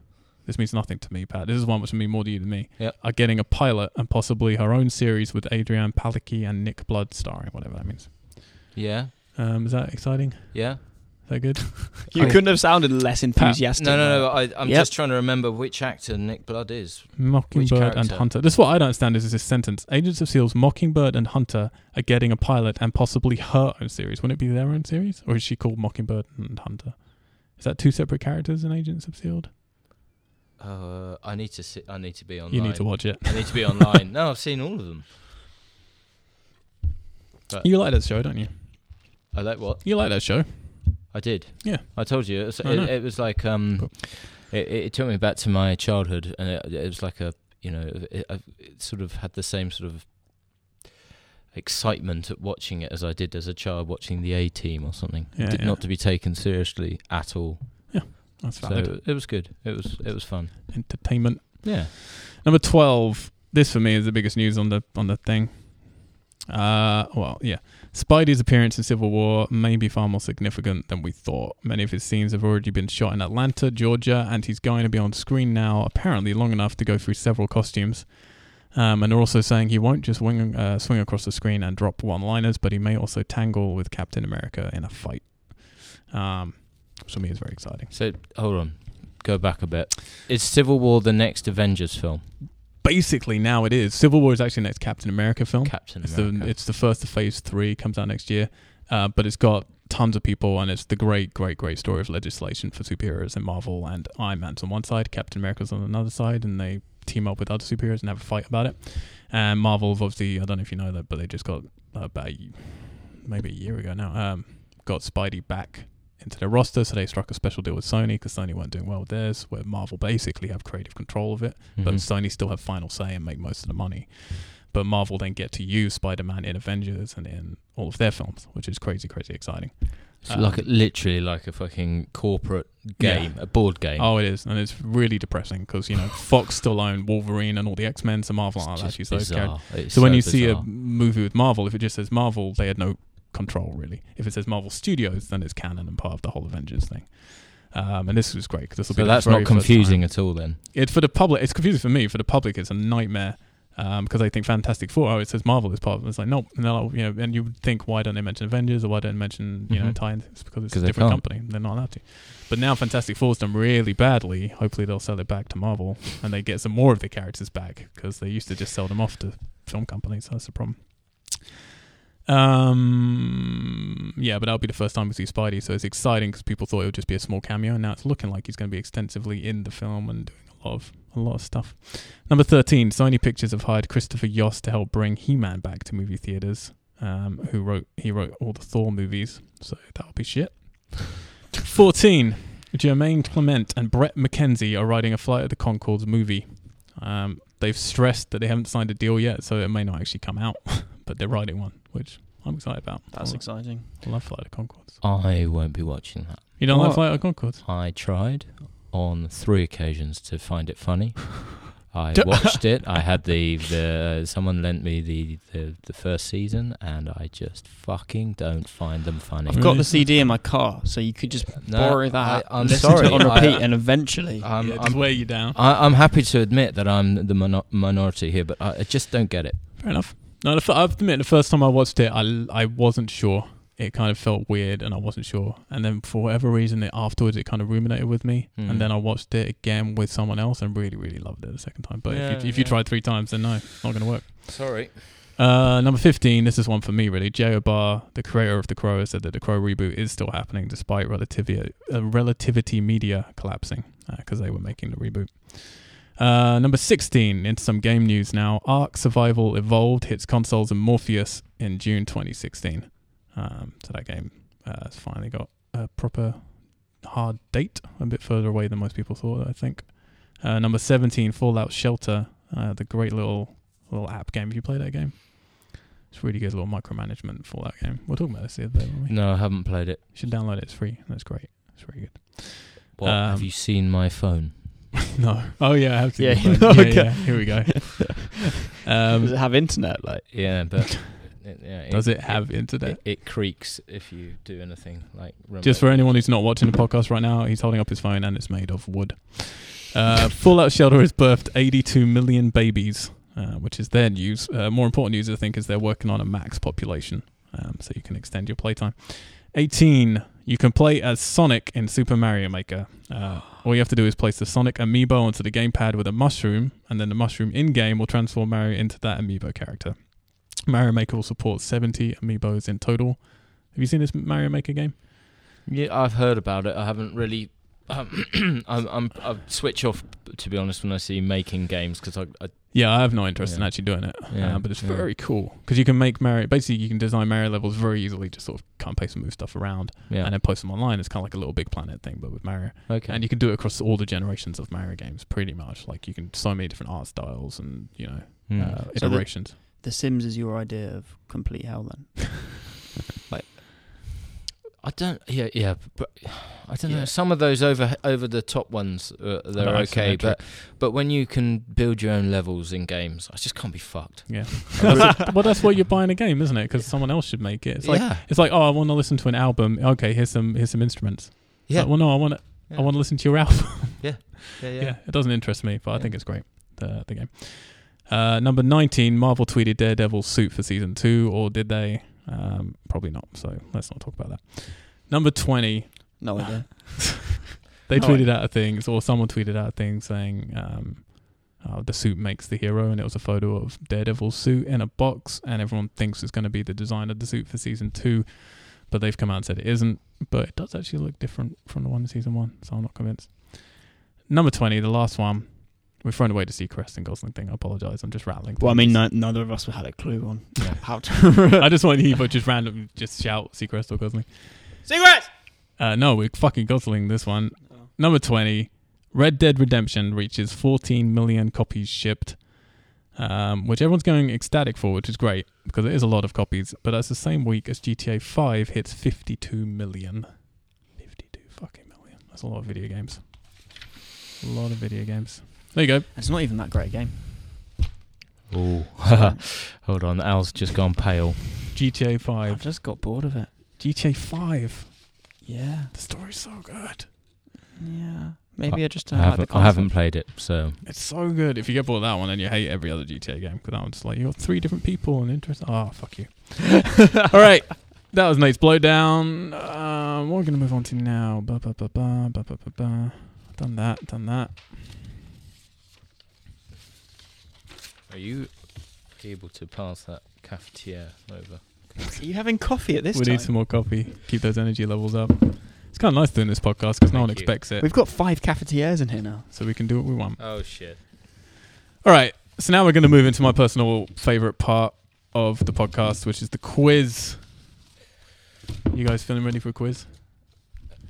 S2: This means nothing to me, Pat. This is one which means more to you than me.
S3: Yep.
S2: Are getting a pilot and possibly her own series with Adrian Palicki and Nick Blood starring, whatever that means.
S3: Yeah.
S2: Um, is that exciting?
S3: Yeah.
S2: Is that good?
S1: You
S3: I-
S1: couldn't have sounded less enthusiastic.
S3: No, no, no. I, I'm
S1: Yep.
S3: just trying to remember which actor Nick Blood is.
S2: Mockingbird and
S3: character?
S2: Hunter. This is what I don't understand is this sentence. Agents of Seals, E Mockingbird and Hunter are getting a pilot and possibly her own series. Wouldn't it be their own series? Or is she called Mockingbird and Hunter? Is that two separate characters in Agents of Sealed?
S3: Uh, I need to sit. I need to be online.
S2: You need to watch it.
S3: I need to be online. no, I've seen all of them.
S2: You like that show, don't you?
S3: I like what
S2: You like that show.
S3: I did.
S2: Yeah.
S3: I told you. It was,
S2: I know.
S3: it, it was like um, it, it it took me back to my childhood, and it, it was like a you know, it, I- it sort of had the same sort of excitement at watching it as I did as a child watching the A Team or something.
S2: Yeah,
S3: Did-
S2: yeah.
S3: Not to be taken seriously at all.
S2: That's
S3: So
S2: valid.
S3: it was good. It was it was fun.
S2: Entertainment.
S3: Yeah.
S2: Number twelve. This for me is the biggest news on the on the thing. Uh, well, yeah. Spidey's appearance in Civil War may be far more significant than we thought. Many of his scenes have already been shot in Atlanta, Georgia, and he's going to be on screen now, apparently long enough to go through several costumes. Um, and they're also saying he won't just wing, uh, swing across the screen and drop one-liners, but he may also tangle with Captain America in a fight. Um, which for me is very exciting.
S3: So hold on, go back a bit. Is Civil War the next Avengers film?
S2: Basically, now it is. Civil War is actually the next Captain America film.
S3: Captain
S2: It's
S3: America.
S2: the it's the first of Phase Three comes out next year, uh, but it's got tons of people and it's the great great great story of legislation for superheroes in Marvel and Iron Man's on one side, Captain America's on another side, and they team up with other superheroes and have a fight about it. And Marvel have obviously I don't know if you know that, but they just got uh, about a y- maybe a year ago now um, got Spidey back into their roster, so they struck a special deal with Sony because Sony weren't doing well with theirs, where Marvel basically have creative control of it but
S3: Mhm.
S2: Sony still have final say and make most of the money. But Marvel then get to use Spider-Man in Avengers and in all of their films, which is crazy, crazy exciting.
S3: It's like a, literally like a fucking corporate game, a board game.
S2: Oh, it is, and it's really depressing because you know Fox still own Wolverine and all the X-Men, so Marvel
S3: It's
S2: aren't allowed
S3: just
S2: to use those
S3: bizarre.
S2: characters.
S3: It's
S2: So when you see a
S3: bizarre.
S2: movie with Marvel, if it just says Marvel, they had no control really. If it says Marvel Studios, then it's canon and part of the whole Avengers thing. Um, and this was great 'cause this will be
S3: so
S2: the
S3: that's
S2: very
S3: not
S2: first time-
S3: confusing at all. Then
S2: it's for the public. It's confusing for me. For the public, it's a nightmare because they think Fantastic Four. Oh, it says Marvel is part of. It. It's like nope. And they're like, you know, and you would think why don't they mention Avengers or why don't they mention you know
S3: Mhm.
S2: tie-ins? It's because it's a
S3: 'Cause they
S2: different
S3: can't.
S2: company. They're not allowed to. But now Fantastic Four's done really badly. Hopefully they'll sell it back to Marvel and they get some more of the characters back because they used to just sell them off to film companies. That's the problem. Um, yeah, but that'll be the first time we see Spidey, so it's exciting because people thought it would just be a small cameo, and now it's looking like he's going to be extensively in the film and doing a lot of a lot of stuff. Number thirteen, Sony Pictures have hired Christopher Yost to help bring He-Man back to movie theaters. Um, who wrote he wrote all the Thor movies, so that'll be shit. Fourteen, Jermaine Clement and Brett McKenzie are riding a flight of the Concords movie. Um, they've stressed that they haven't signed a deal yet, so it may not actually come out, but they're writing one, which I'm excited about.
S1: That's
S2: I
S1: exciting.
S2: I love Flight of Concords.
S3: I won't be watching that.
S2: You don't like
S1: What?
S2: Flight of Concords?
S3: I tried on three occasions to find it funny. I
S2: D-
S3: watched it. I had the, the someone lent me the, the the first season, and I just fucking don't find them funny.
S1: I've got the CD in my car, so you could just
S3: No,
S1: borrow
S3: I,
S1: that.
S3: I'm
S1: listen
S3: sorry.
S1: to it on
S3: I-
S1: repeat, and eventually.
S3: I'm,
S2: yeah, just
S3: I'm,
S2: wear you down.
S3: I, I'm happy to admit that I'm the minor- minority here, but I, I just don't get it.
S2: Fair enough. No, the f- I admit the first time I watched it, I, I wasn't sure. it kind of felt weird and I wasn't sure. And then for whatever reason, it, afterwards it kind of ruminated with me.
S3: Mm.
S2: And then I watched it again with someone else and really, really loved it the second time. But if,
S3: Yeah,
S2: you, if you
S3: yeah.
S2: try three times, then no, not going to work.
S3: Sorry.
S2: Uh, number 15, this is one for me, really. J.O. Barr, the creator of The Crow, has said that The Crow reboot is still happening despite Relativity, uh, relativity Media collapsing because they were making the reboot. Uh, number 16, into some game news now. Ark Survival Evolved hits consoles and Morpheus in June 2016. Um, so that game uh, has finally got a proper hard date, a bit further away than most people thought, I think. Uh, number 17, Fallout Shelter, uh, the great little little app game. Have you played that game? It's really good little micromanagement for that game. We're talking about this the other day, weren't we?
S3: No, I haven't played it.
S2: You should download it. It's free. That's great. It's really good.
S3: What, have
S2: Um,
S3: you seen my phone?
S2: No. Oh yeah, I have to.
S1: Yeah,
S2: yeah,
S1: no,
S2: yeah,
S1: okay.
S2: yeah. Here we go.
S1: Does
S2: Um,
S1: it have internet? Like,
S3: Yeah, but it, yeah,
S2: does it have internet?
S3: It, it creaks if you do anything like.
S2: Just for
S3: remotely.
S2: anyone who's not watching the podcast right now, he's holding up his phone and it's made of wood. Uh, Fallout Shelter has birthed 82 million babies, uh, which is their news. Uh, more important news, I think, is they're working on a max population, um, so you can extend your playtime. 18. You can play as Sonic in Super Mario Maker. Uh, all you have to do is place the Sonic amiibo onto the gamepad with a mushroom, and then the mushroom in game will transform Mario into that amiibo character. Mario Maker will support 70 amiibos in total. Have you seen this Mario Maker game?
S3: Yeah, I've heard about it. I haven't really. Um, I'm, I'm I switch off to be honest when I see making games because I, I
S2: Yeah, I have no interest in
S3: Yeah.
S2: actually doing it,
S3: Yeah,
S2: uh, but it's
S3: yeah.
S2: very cool because you can make Mario. Basically, you can design Mario levels very easily, just sort of cut and paste and move stuff around,
S3: yeah
S2: and then post them online. It's kind of like a little big planet thing, but with Mario.
S3: okay
S2: And you can do it across all the generations of Mario games, pretty much. Like you can so many different art styles and you know
S3: Hmm.
S2: uh,
S1: So the-
S2: iterations.
S1: The Sims is your idea of complete hell, then?
S3: I don't. Yeah, yeah, but I don't
S1: Yeah.
S3: know. Some of those over over the top ones, uh, they're
S2: They're
S3: okay.
S2: isometric.
S3: But but when you can build your own levels in games, I just can't be fucked.
S2: That's- well, that's why you're buying a game, isn't it? Because someone else should make it. It's like
S3: yeah,
S2: it's like oh, I want to listen to an album. Okay, here's some here's some instruments. It's
S3: Yeah.
S2: like, well, no, I want to
S3: Yeah.
S2: I want to listen to your album.
S3: yeah, yeah,
S2: yeah. it doesn't interest me, but I
S3: Yeah.
S2: think it's great. The the game. Uh, number nineteen, Marvel tweeted Daredevil's suit for season two, or did they? Um, probably not. So let's not talk about that. Number twenty,
S1: No idea.
S2: they
S1: No, I-
S2: tweeted out a thing, or someone tweeted out a thing saying, um, oh, "The suit makes the hero," and it was a photo of Daredevil's suit in a box, and everyone thinks it's going to be the design of the suit for season two, but they've come out and said it isn't. But it does actually look different from the one in season one, so I'm not convinced. Number twenty, the last one. We've thrown away the Seacrest and Gosling thing. I apologize. I'm just rattling.
S1: Well, I
S2: through
S1: mean,
S2: this.
S1: no, neither of us had a clue on
S3: Yeah.
S1: how to.
S2: I just want you to just randomly just shout Seacrest or Gosling.
S3: Cigarettes.
S2: Uh, no, we're fucking Gosling this one. Number 20, Red Dead Redemption reaches 14 million copies shipped, um, which everyone's going ecstatic for, which is great because it is a lot of copies. But that's the same week as GTA 5 hits 52 million. 52 fucking million. That's a lot of video games. A lot of video games. There you go.
S1: it's not even that great a game.
S3: Oh, hold on. Al's just gone pale.
S2: GTA
S1: i
S2: 5.
S1: just got bored of it.
S2: GTA 5.
S1: Yeah,
S2: The story's so good.
S1: yeah. Maybe I, just
S3: I
S1: don't like the
S3: haven't, I haven't
S1: concept.
S3: played it, so
S2: It's so good. If you get bored of that one, then you hate every other GTA game because that one's like you got three different people and interest. Oh fuck you. All right, that was Nate's blowdown. Um, what we're gonna move on to now. Ba ba ba ba ba ba ba ba. Done that. Done that.
S3: are you able to pass that cafetiere over?
S1: Are you having coffee at this
S2: we
S1: time?
S2: need some more coffee. Keep those energy levels up. It's kind of nice doing this podcast because no one
S3: Thank you.
S2: expects it,
S1: We've got five cafetiers in here now.
S2: so we can do what we want.
S3: Oh shit!
S2: All right. So now we're going to move into my personal favorite part of the podcast, which is the quiz. You guys feeling ready for a quiz?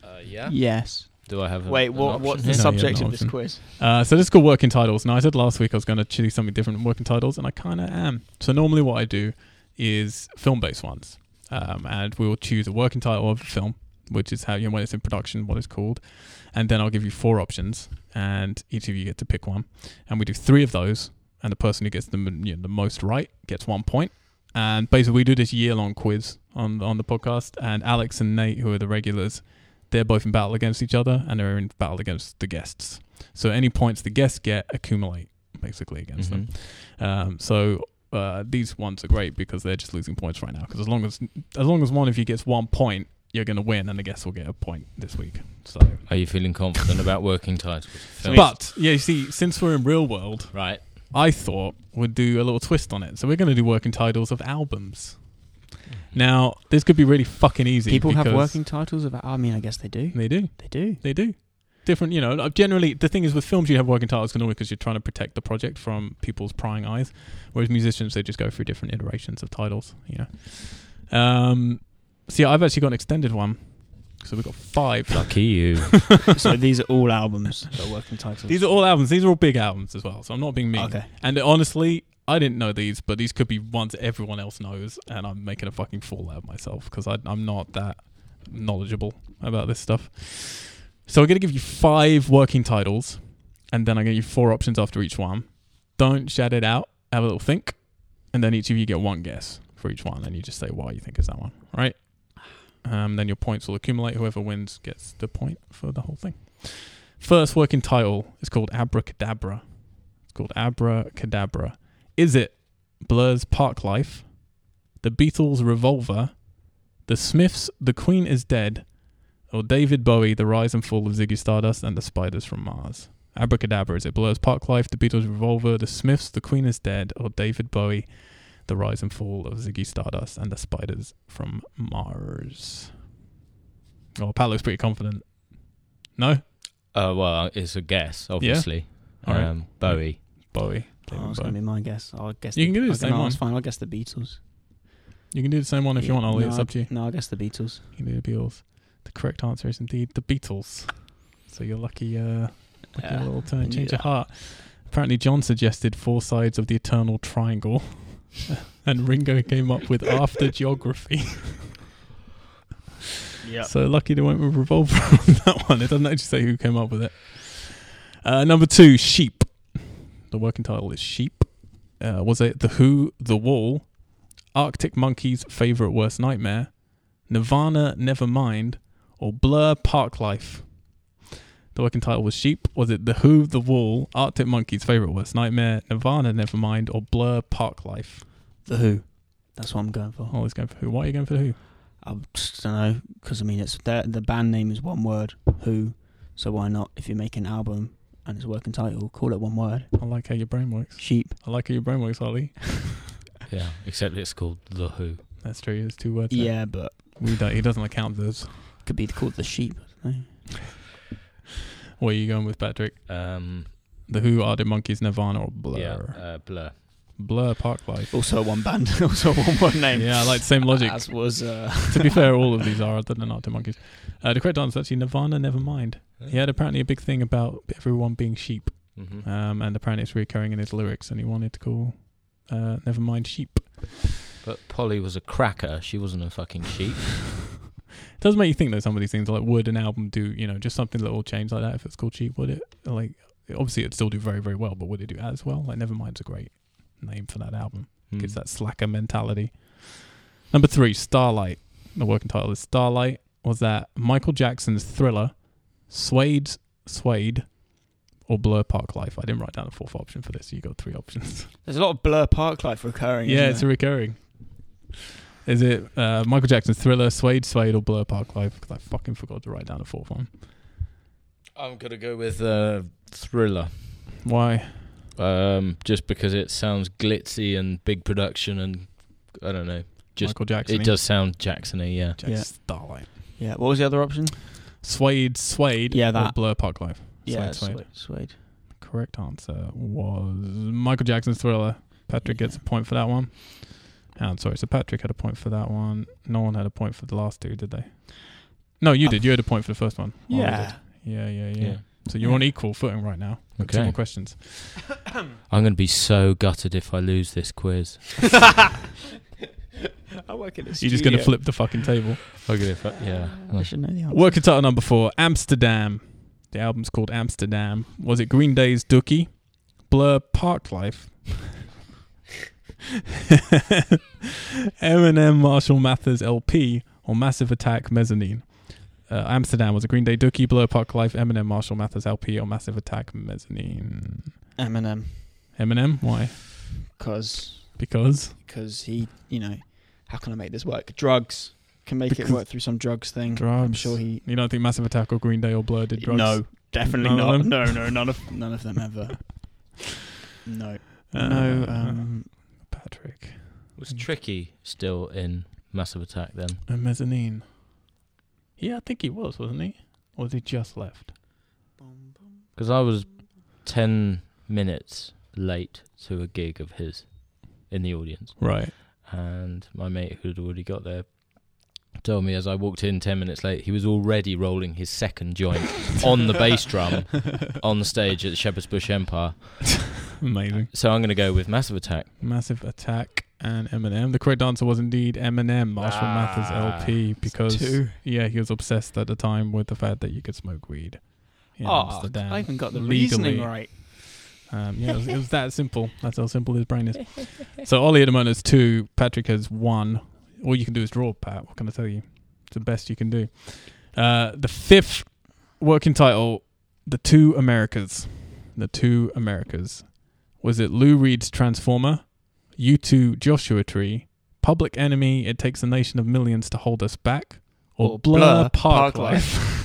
S3: Uh, yeah.
S1: Yes.
S3: Do I have? A,
S1: Wait,
S3: an
S1: what?
S3: option
S1: What's
S2: here?
S1: the
S2: No, you have
S1: subject
S2: an
S1: of this
S2: option.
S1: quiz?
S2: Uh, so this is called working titles. Now I said last week I was going to choose something different from working titles, and I kind of am. So normally what I do is film-based ones, um, and we will choose a working title of a film, which is how you know when it's in production, what it's called, and then I'll give you four options, and each of you get to pick one, and we do three of those, and the person who gets the m- you know, the most right gets one point. And basically, we do this year-long quiz on on the podcast, and Alex and Nate, who are the regulars, they're both in battle against each other, and they're in battle against the guests.
S3: Mm-hmm.
S2: So any points the guests get accumulate basically against them. Um, so uh, these ones are great because they're just losing points right now. Because as long as as long as one of you gets one point, you're going to win, and the guest will get a point this week. So,
S3: Are you feeling confident about working titles? Phil?
S2: but yeah, you see, since we're in real world,
S3: right,
S2: I thought we'd do a little twist on it. So we're going to do working titles of albums. Now, this could be really fucking easy.
S1: People have
S2: because
S1: working titles about. I mean, I guess they do.
S2: They do.
S1: They do.
S2: They do. Different, you know. like, Generally, the thing is with films, you have working titles normally because you're trying to protect the project from people's prying eyes. Whereas musicians, they just go through different iterations of titles. You know. Um, so yeah, I've actually got an extended one. So we've got five.
S3: lucky you.
S1: so these are all albums that are working titles.
S2: These are all albums. These are all big albums as well. So I'm not being mean.
S1: okay.
S2: And honestly, I didn't know these, but these could be ones everyone else knows, and I'm making a fucking fool out of myself because I'm not that knowledgeable about this stuff. So I'm going to give you five working titles, and then I'm going to give you four options after each one. Don't shout it out. Have a little think, and then each of you get one guess for each one, and you just say why you think is that one, all right? Um, then your points will accumulate. Whoever wins gets the point for the whole thing. First working title is called Abracadabra. It's called Abracadabra. Is it Blur's Park Life, The Beatles' Revolver, The Smiths' The Queen is Dead, or David Bowie, The Rise and Fall of Ziggy Stardust and The Spiders from Mars? Abracadabra, is it Blur's Park Life, The Beatles' Revolver, The Smiths' The Queen is Dead, or David Bowie, The Rise and Fall of Ziggy Stardust and The Spiders from Mars? Oh, Pat looks pretty confident. No?
S3: Uh, well, it's a guess, obviously.
S2: All right.
S3: Um, Bowie.
S2: Bowie. David
S1: Oh, it's
S2: Bowie.
S1: gonna be my guess. I'll guess.
S2: You can
S1: the-
S2: do the
S1: okay,
S2: same
S1: no,
S2: one.
S1: It's fine. I'll guess the Beatles.
S2: You can do the same one if you
S1: Yeah.
S2: want, Ollie.
S1: No,
S2: it's up to you.
S1: No, I guess the Beatles.
S2: You can do the Beatles. The correct answer is indeed the Beatles. So you're lucky, uh, lucky
S3: Yeah,
S2: little turn,
S1: I knew
S2: change of
S1: that.
S2: heart. Apparently, John suggested four sides of the eternal triangle, and Ringo came up with after geography.
S1: Yeah.
S2: So lucky they went with revolver on that one. It doesn't actually say who came up with it. Uh, number two, sheep. The working title is sheep. Uh, was it the Who, the Wall, Arctic Monkeys' favorite worst nightmare, Nirvana, Nevermind, or Blur, Park Life? The working title was sheep. Was it the Who, the Wall, Arctic Monkeys' favorite worst nightmare, Nirvana, Nevermind, or Blur, Park Life?
S1: The Who. That's what I'm going for.
S2: Oh, it's going for Who. Why are you going for the Who?
S1: I just don't know because I mean it's the the band name is one word. Who? So why not? If you make an album and it's a working title, call it one word.
S2: I like how your brain works.
S1: Sheep.
S2: I like how your brain works, Ollie.
S3: Yeah, except it's called The Who.
S2: That's true. There's two words. there.
S1: Yeah, but
S2: We don't, he doesn't account for those.
S1: could be called the sheep. I don't know.
S2: Where are you going with Patrick?
S3: Um,
S2: The Who, Arctic Monkeys, Nirvana, or Blur?
S3: Yeah, uh, Blur.
S2: Blur Park Life.
S1: Also one band. also one word name.
S2: Yeah, I like the same logic.
S1: As was uh,
S2: to be fair, all of these are other than Arctic Monkeys. Uh, the correct answer is actually Nirvana. Never mind. He had apparently a big thing about everyone being sheep,
S3: Mm-hmm.
S2: um, and apparently it's recurring in his lyrics, and he wanted to call uh, Nevermind sheep.
S3: But Polly was a cracker. She wasn't a fucking sheep.
S2: It does make you think though. Some of these things, like would an album do, you know, just something little change like that? If it's called cheap, would it? Like, obviously, it'd still do very, very well, but would it do as well? Like, Nevermind's a great name for that album.
S3: Hmm. Mm.
S2: gives that slacker mentality. Number three, Starlight. The working title is Starlight. Was that Michael Jackson's Thriller, Suede's Suede, or Blur Park Life? I didn't write down the fourth option for this. You got three options.
S1: There's a lot of Blur Park Life recurring.
S2: yeah,
S1: isn't
S2: it's a
S1: there?
S2: recurring. Is it uh, Michael Jackson's Thriller, Suede, Suede, or Blur Park Life? Because I fucking forgot to write down the fourth one.
S3: I'm gonna go with uh, Thriller,
S2: Why?
S3: um, just because it sounds glitzy and big production, and I don't know, Just-
S2: Michael Jackson.
S3: it does sound Jacksony. Yeah,
S2: Jackson,
S1: Yeah.
S2: Starlight.
S1: yeah. What was the other option?
S2: Suede, Suede,
S1: Yeah,
S2: or
S1: that.
S2: Blur Park Life?
S1: Yeah,
S2: Suede. Oh,
S1: Suede. Suede.
S2: correct answer was Michael Jackson's Thriller. Patrick gets a point for that one. Oh, I'm sorry, so Patrick had a point for that one. No one had a point for the last two, did they? No, you did. You had a point for the first one. Ollie
S1: Uh, Yeah.
S2: did. Yeah, yeah, yeah,
S3: yeah.
S2: So you're on equal footing right now. Got Two
S3: Okay.
S2: more questions.
S3: I'm gonna be so gutted if I lose this quiz.
S1: I work in a
S2: You're just going to flip the fucking table.
S3: Okay, if I, yeah.
S1: I should know the answer.
S2: Working title number four Amsterdam. The album's called Amsterdam. Was it Green Day's Dookie, Blur Park Life, Eminem Marshall Mathers LP, or Massive Attack Mezzanine? Uh, Amsterdam was a Green Day Dookie, Blur Park Life, Eminem Marshall Mathers LP, or Massive Attack Mezzanine?
S1: Eminem.
S2: Eminem? Why?
S1: Because
S2: because
S1: because he, you know, how can I make this work? Drugs can make
S2: Because-
S1: it work through some drugs thing. I'm
S2: Drugs.
S1: sure he.
S2: you don't think Massive Attack or Green Day or Blur did drugs.
S1: No, definitely
S2: None of
S1: not. No, no, none of none of them ever. No,
S2: Uh,
S1: no. Um,
S2: Patrick.
S3: Was Tricky still in Massive Attack then?
S2: A mezzanine. Yeah, I think he was, wasn't he? Or was he just left?
S3: Because I was 10 minutes late to a gig of his in the audience.
S2: Right.
S3: And my mate, who'd already got there, told me as I walked in 10 minutes late, he was already rolling his second joint on the bass drum on the stage at Shepherd's Bush Empire.
S2: Amazing.
S3: So I'm going to go with Massive Attack.
S2: Massive Attack and Eminem. The correct answer was indeed Eminem, Marshall
S3: Ah,
S2: Mathers LP, because
S1: two.
S2: yeah, he was obsessed at the time with the fact that you could smoke weed in
S1: Oh,
S2: Amsterdam.
S1: I even got the
S2: legally.
S1: reasoning right.
S2: Um, yeah, it was, it was that simple. That's how simple his brain is. So Ollie at the moment has two. Patrick has one. All you can do is draw, Pat. What can I tell you? It's the best you can do. Uh, the fifth working title, The Two Americas. The Two Americas. Was it Lou Reed's Transformer, U2 Joshua Tree, Public Enemy, It Takes a Nation of Millions to Hold Us Back, or,
S1: Or
S2: Blur,
S1: Blur,
S2: Park,
S1: Park
S2: Life?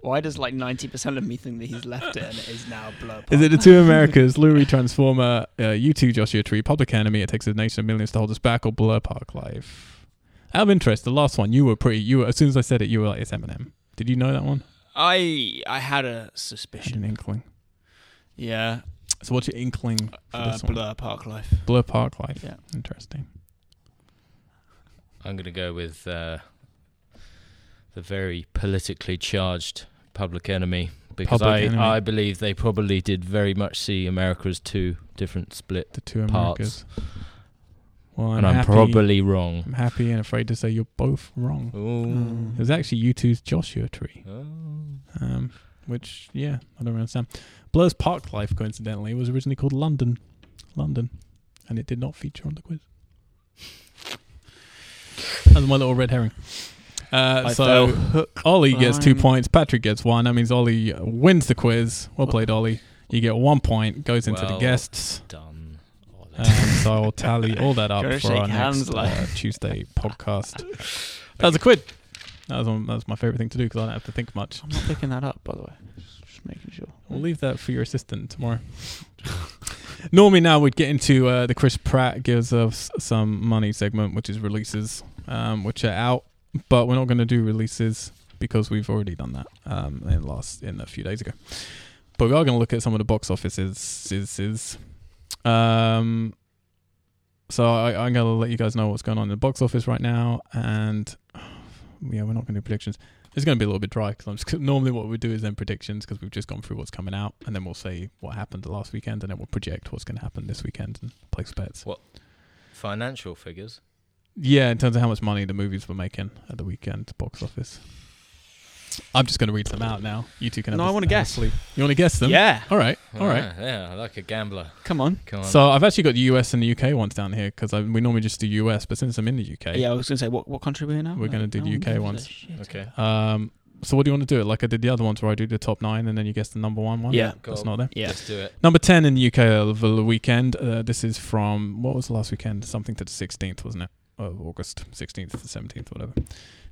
S1: Why does like ninety percent of me think that he's left it and it is now blur?
S2: Is it the two Americas, Lou Reed Transformer, uh, U2 Joshua Tree, Public Enemy, It Takes a Nation of Millions to Hold Us Back, or Blur Park Life? Out of interest, the last one, you were pretty, you were, as soon as I said it, you were like, it's Eminem. Did you know that one?
S1: I I had a
S2: Had an
S1: suspicion.
S2: inkling.
S1: Yeah,
S2: So what's your inkling for
S1: uh,
S2: this one? Blur.
S1: blur park life.
S2: Park Life.
S1: Yeah.
S2: Interesting.
S3: I'm going to go with uh, the very politically charged Public Enemy because
S2: Public
S3: I,
S2: Enemy.
S3: I believe they probably did very much see America as two different split.
S2: The two Americas.
S3: Parts.
S2: Well, I'm,
S3: and I'm
S2: happy,
S3: probably wrong.
S2: I'm happy and afraid to say you're both wrong.
S3: Ooh.
S2: It was actually U2's Joshua Tree.
S3: Oh.
S2: Um, which, yeah, I don't understand. Blur's Park Life, coincidentally, was originally called London. London. And it did not feature on the quiz. That's my little red herring. Uh,
S1: I
S2: so
S1: fell hook,
S2: Ollie gets two
S1: line.
S2: points, Patrick gets one. That means Ollie wins the quiz. Well played, Ollie. You get one point, goes into the
S3: Well
S2: guests.
S3: Done. Oh,
S2: Um,
S3: that's-
S2: so I'll tally all that up
S1: Gotta
S2: for our
S1: shake hands,
S2: next
S1: like.
S2: uh, Tuesday podcast. That was a quid. That was, one, that was my favorite thing to do because I don't have to think much.
S1: I'm not picking that up, by the way. Just making sure.
S2: We'll leave that for your assistant tomorrow. Normally, now we'd get into uh, the Chris Pratt gives us some money segment, which is releases, um, which are out, but we're not going to do releases because we've already done that um, in last in a few days ago. But we are going to look at some of the box offices. Is, is. Um, so I, I'm going to let you guys know what's going on in the box office right now, and yeah, we're not going to do predictions. It's going to be a little bit dry because I'm just normally what we do is then predictions because we've just gone through what's coming out and then we'll say what happened last weekend and then we'll project what's going to happen this weekend and place bets.
S3: Financial figures.
S2: Yeah, in terms of how much money the movies were making at the weekend box office. I'm just going to read them out now. You two can. Have
S1: No,
S2: a-
S1: I wanna
S2: have a
S1: guess.
S2: sleep. You want to guess them?
S1: Yeah,
S2: All right. All right.
S3: Ah, yeah, I like a gambler.
S1: come on.
S3: Come on.
S2: So I've actually got the US and the UK ones down here because we normally just do US, but since I'm in the UK,
S1: Yeah, I was gonna say what what country we're in now.
S2: We're gonna do the
S1: one
S2: UK
S1: gives a
S2: ones.
S1: shit.
S3: okay.
S2: Um, so what do you want to do? Like I did the other ones where I do the top nine and then you guess the number one one.
S1: Yeah.
S2: that's
S3: Cool.
S2: not there.
S1: Yeah.
S3: Let's do it.
S2: Number 10 in the UK of the weekend. Uh, this is from, what was the last weekend? Something to the 16th, wasn't it? Of August 16th to the 17th, whatever.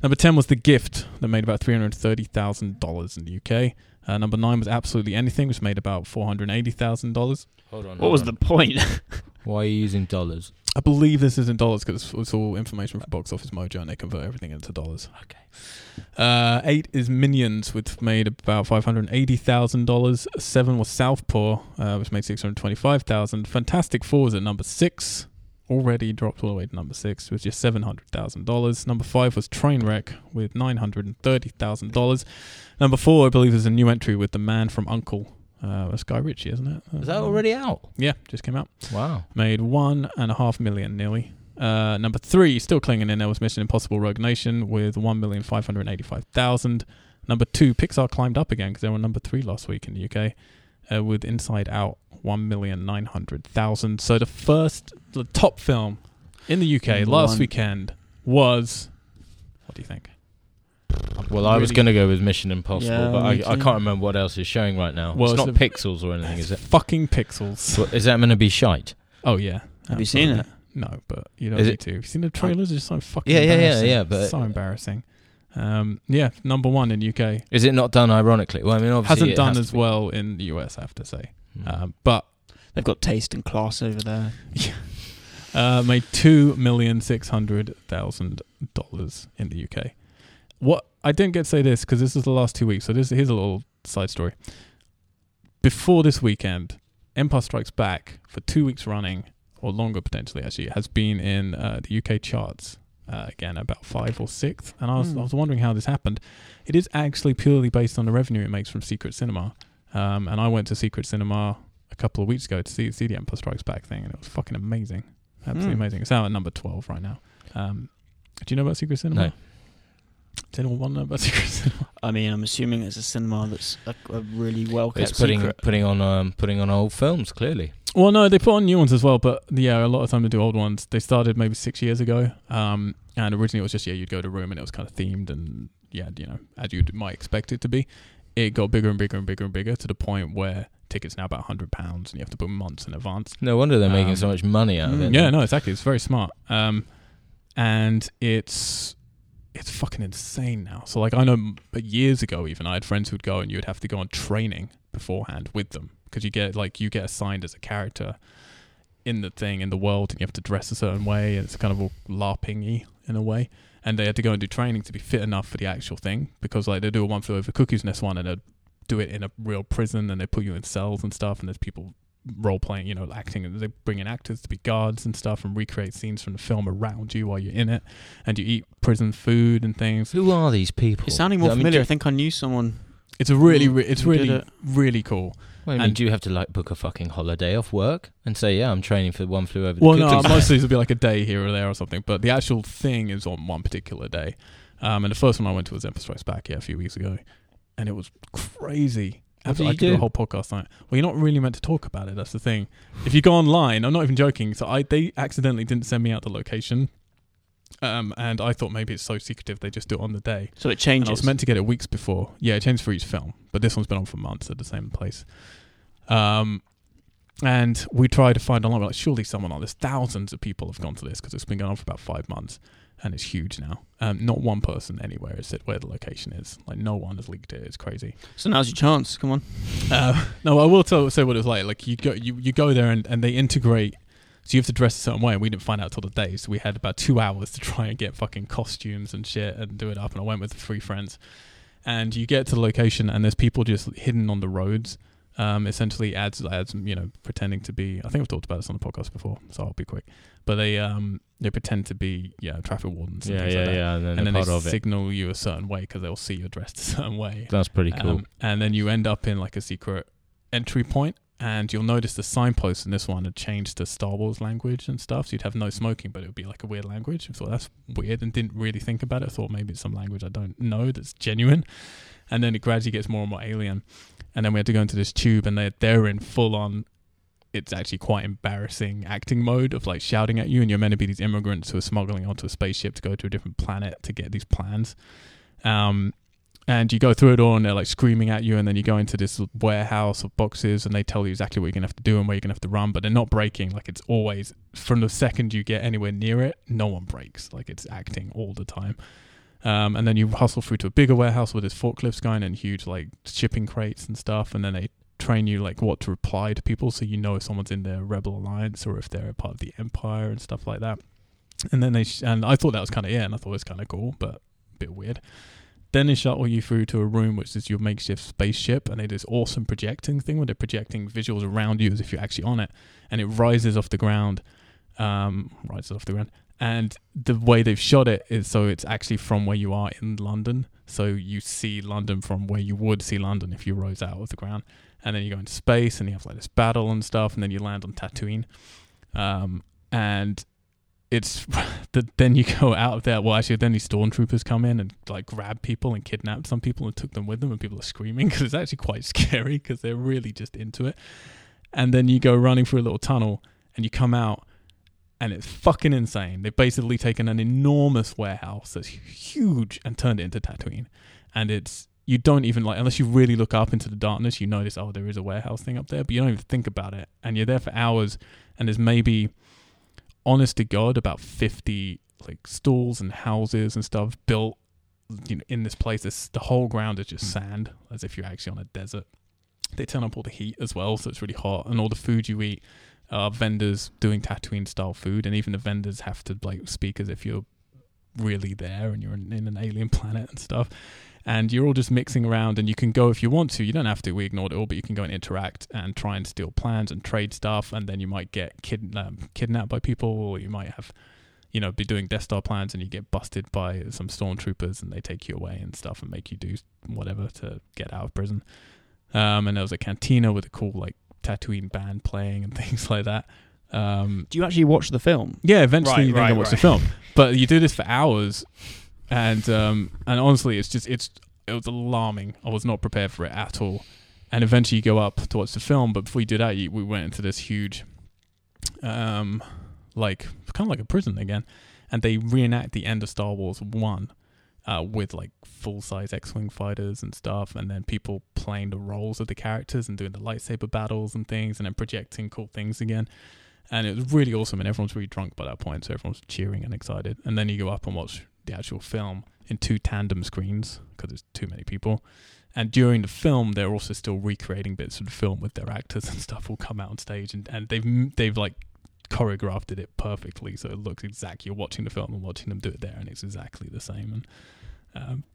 S2: Number 10 was The Gift, that made about $330,000 in the UK. Uh, number 9 was Absolutely Anything, which made about $480,000.
S3: Hold on.
S1: What was the point?
S3: Why are you using dollars?
S2: I believe this is in dollars because it's, it's all information from Box Office Mojo and they convert everything into dollars.
S3: Okay.
S2: Uh, eight is Minions, which made about five hundred eighty thousand dollars. Seven was Southpaw, uh, which made six hundred twenty-five thousand. Fantastic Four was at number six, already dropped all the way to number six, which is seven hundred thousand dollars. Number five was Trainwreck with nine hundred thirty thousand dollars. Number four, I believe, is a new entry with The Man from Uncle. Uh, that's Guy Ritchie, isn't it? Uh,
S3: Is that already out?
S2: Yeah, just came out
S3: Wow.
S2: made one and a half million nearly. Uh, number three, still clinging in there, was Mission Impossible Rogue Nation with 1,585,000. Number two, Pixar climbed up again because they were number three last week in the UK uh, with Inside Out 1,900,000. So the first, the top film in the UK last
S1: One.
S2: weekend was. What do you think?
S3: Well, I was
S2: Really-
S3: going to go with Mission Impossible,
S1: Yeah,
S3: but I,
S1: me
S3: I
S1: too.
S3: can't remember what else is showing right now.
S2: Well,
S3: it's
S2: it's
S3: not
S2: a-
S3: pixels or anything, is it?
S2: Fucking pixels.
S3: Well, is that going to be shite?
S2: Oh, yeah.
S1: Have you seen
S2: Absolutely. No, but you don't
S3: Is
S2: need
S3: it-
S2: to. Have you seen the trailers? It's so fucking
S3: Yeah, yeah, yeah,
S2: embarrassing.
S3: yeah, but-
S2: so embarrassing. Um, yeah, number one in UK.
S3: Is it not done ironically? Well, I mean, obviously
S2: Hasn't
S3: it
S2: done
S3: has to
S2: as
S3: be.
S2: well in the US, I have to say.
S3: Mm.
S2: Um, but
S1: They've got taste and class over there.
S2: uh, made two million six hundred thousand dollars in the UK. What I didn't get to say this because this is the last two weeks. So this here's a little side story. Before this weekend, Empire Strikes Back for two weeks running or longer potentially actually has been in uh, the UK charts uh, again about five or sixth. And I was
S1: Hmm.
S2: I was wondering how this happened. It is actually purely based on the revenue it makes from Secret Cinema. Um, and I went to Secret Cinema a couple of weeks ago to see, see the Empire Strikes Back thing, and it was fucking amazing. Absolutely
S1: Mm.
S2: amazing. It's out at number 12 right now. Um, do you know about Secret Cinema?
S3: No.
S2: Does anyone want to know about Secret Cinema?
S1: I mean, I'm assuming it's a cinema that's a, a really well kept
S3: It's putting
S1: secret.
S3: putting on um, putting on old films clearly.
S2: Well, no, they put on new ones as well, but yeah, a lot of time they do old ones. They started maybe six years ago, um, and originally it was just, yeah, you'd go to a room and it was kind of themed and, yeah, you know, as you might expect it to be. It got bigger and bigger and bigger and bigger to the point where tickets now about £100 and you have to book months in advance.
S3: No wonder they're making
S2: Um,
S3: so much money out of
S1: mm,
S3: it.
S2: Yeah, no, exactly. It's very smart. Um, and it's it's fucking insane now. So like I know m- years ago even I had friends who'd go and you'd have to go on training beforehand with them because you get like you get assigned as a character in the thing in the world and you have to dress a certain way and it's kind of all larpingy in a way. And they had to go and do training to be fit enough for the actual thing because like they do a one flew over cuckoo's nest one and they'd do it in a real prison and they put you in cells and stuff and there's people role playing, you know, acting. and They bring in actors to be guards and stuff and recreate scenes from the film around you while you're in it. And you eat prison food and things.
S3: Who are these people?
S1: It's sounding more
S3: I mean,
S1: familiar. I
S3: do-
S1: think I knew someone.
S2: It's a really,
S1: Mm,
S2: re- it's
S1: you did
S2: really,
S1: it.
S2: really cool.
S3: Well, I mean,
S2: and-
S3: do you have to like book a fucking holiday off work and say, yeah, I'm training for one flew over the
S2: Well, no,
S3: Cuckoo's Nest?
S2: mostly it'll be like a day here or there or something. But the actual thing is on one particular day. Um, and the first one I went to was Empire Strikes Back, yeah, a few weeks ago. And it was crazy.
S3: What
S2: I
S3: do
S2: I
S3: you
S2: could do a
S3: do?
S2: whole podcast on it. Well, you're not really meant to talk about it. That's the thing. If you go online, I'm not even joking. So I they accidentally didn't send me out the location, um, and I thought maybe it's so secretive they just do it on the day.
S1: So it
S2: And I
S1: changes.
S2: was meant to get it weeks before. Yeah, it changed for each film, but this one's been on for months at the same place. Um, and we tried to find online. We're like, surely someone on this. Thousands of people have gone to this because it's been going on for about five months, and it's huge now. Um, not one person anywhere has said where the location is. Like, no one has leaked it. It's crazy.
S1: so now's your chance. Come on.
S2: Uh, no, I will tell say what it was like. Like you go, you, you go there and, and they integrate. So you have to dress a certain way, and we didn't find out till the day. So we had about two hours to try and get fucking costumes and shit and do it up. And I went with three friends, and you get to the location, and there's people just hidden on the roads. Um, essentially, ads ads you know pretending to be. I think I've talked about this on the podcast before, so I'll be quick. But they um they pretend to be yeah traffic wardens. And
S3: yeah,
S2: things
S3: yeah,
S2: like that.
S3: yeah, and then,
S2: And
S3: they're
S2: then they
S3: part of it.
S2: signal you a certain way because they'll see you're dressed a certain way.
S3: That's pretty cool.
S2: Um, and then you end up in like a secret entry point, and you'll notice the signposts in this one had changed to Star Wars language and stuff. So you'd have no smoking, but it would be like a weird language. I thought that's weird, and didn't really think about it. I thought maybe it's some language I don't know that's genuine. And then it gradually gets more and more alien. And then we had to go into this tube, and they're they're in full on. It's actually quite embarrassing acting mode of like shouting at you, and you're meant to be these immigrants who are smuggling onto a spaceship to go to a different planet to get these plans. Um, and you go through it all and they're like screaming at you and then you go into this warehouse of boxes and they tell you exactly what you're gonna have to do and where you're gonna have to run but they're not breaking like it's always from the second you get anywhere near it no one breaks like it's acting all the time um, and then you hustle through to a bigger warehouse with this forklifts going and huge like shipping crates and stuff and then they train you like what to reply to people so you know if someone's in the rebel alliance or if they're a part of the empire and stuff like that and then they sh- and i thought that was kind of yeah and i thought it was kind of cool but a bit weird then they shuttle you through to a room which is your makeshift spaceship, and it is awesome projecting thing where they're projecting visuals around you as if you're actually on it, and it rises off the ground, um, rises off the ground. And the way they've shot it is so it's actually from where you are in London, so you see London from where you would see London if you rose out of the ground, and then you go into space and you have like this battle and stuff, and then you land on Tatooine, um, and it's that then you go out of there. Well, actually, then these stormtroopers come in and like grab people and kidnap some people and took them with them, and people are screaming because it's actually quite scary because they're really just into it. And then you go running through a little tunnel and you come out, and it's fucking insane. They've basically taken an enormous warehouse that's huge and turned it into Tatooine, and it's you don't even like unless you really look up into the darkness, you notice oh there is a warehouse thing up there, but you don't even think about it, and you're there for hours, and there's maybe honest to god about 50 like stalls and houses and stuff built you know in this place this, the whole ground is just sand as if you're actually on a desert they turn up all the heat as well so it's really hot and all the food you eat are vendors doing Tatooine style food and even the vendors have to like speak as if you're really there and you're in, in an alien planet and stuff and you're all just mixing around and you can go if you want to you don't have to we ignored it all but you can go and interact and try and steal plans and trade stuff and then you might get kid, um, kidnapped by people or you might have you know be doing death star plans and you get busted by some stormtroopers and they take you away and stuff and make you do whatever to get out of prison um, and there was a cantina with a cool like Tatooine band playing and things like that um,
S1: Do you actually watch the film?
S2: yeah eventually
S1: Right,
S2: you then
S1: right,
S2: go watch the
S1: right.
S2: film but you do this for hours and um and honestly it's just it's it was alarming i was not prepared for it at all and eventually you go up to watch the film but before you do that you, we went into this huge um like kind of like a prison again and they reenact the end of star wars one uh, with like full size X Wing fighters and stuff, and then people playing the roles of the characters and doing the lightsaber battles and things, and then projecting cool things again. And it was really awesome, and everyone's really drunk by that point, so everyone's cheering and excited. And then you go up and watch the actual film in two tandem screens because there's too many people. And during the film, they're also still recreating bits of the film with their actors and stuff will come out on stage, and, and they've they've like choreographed it perfectly, so it looks exactly you're watching the film and watching them do it there, and it's exactly the same. And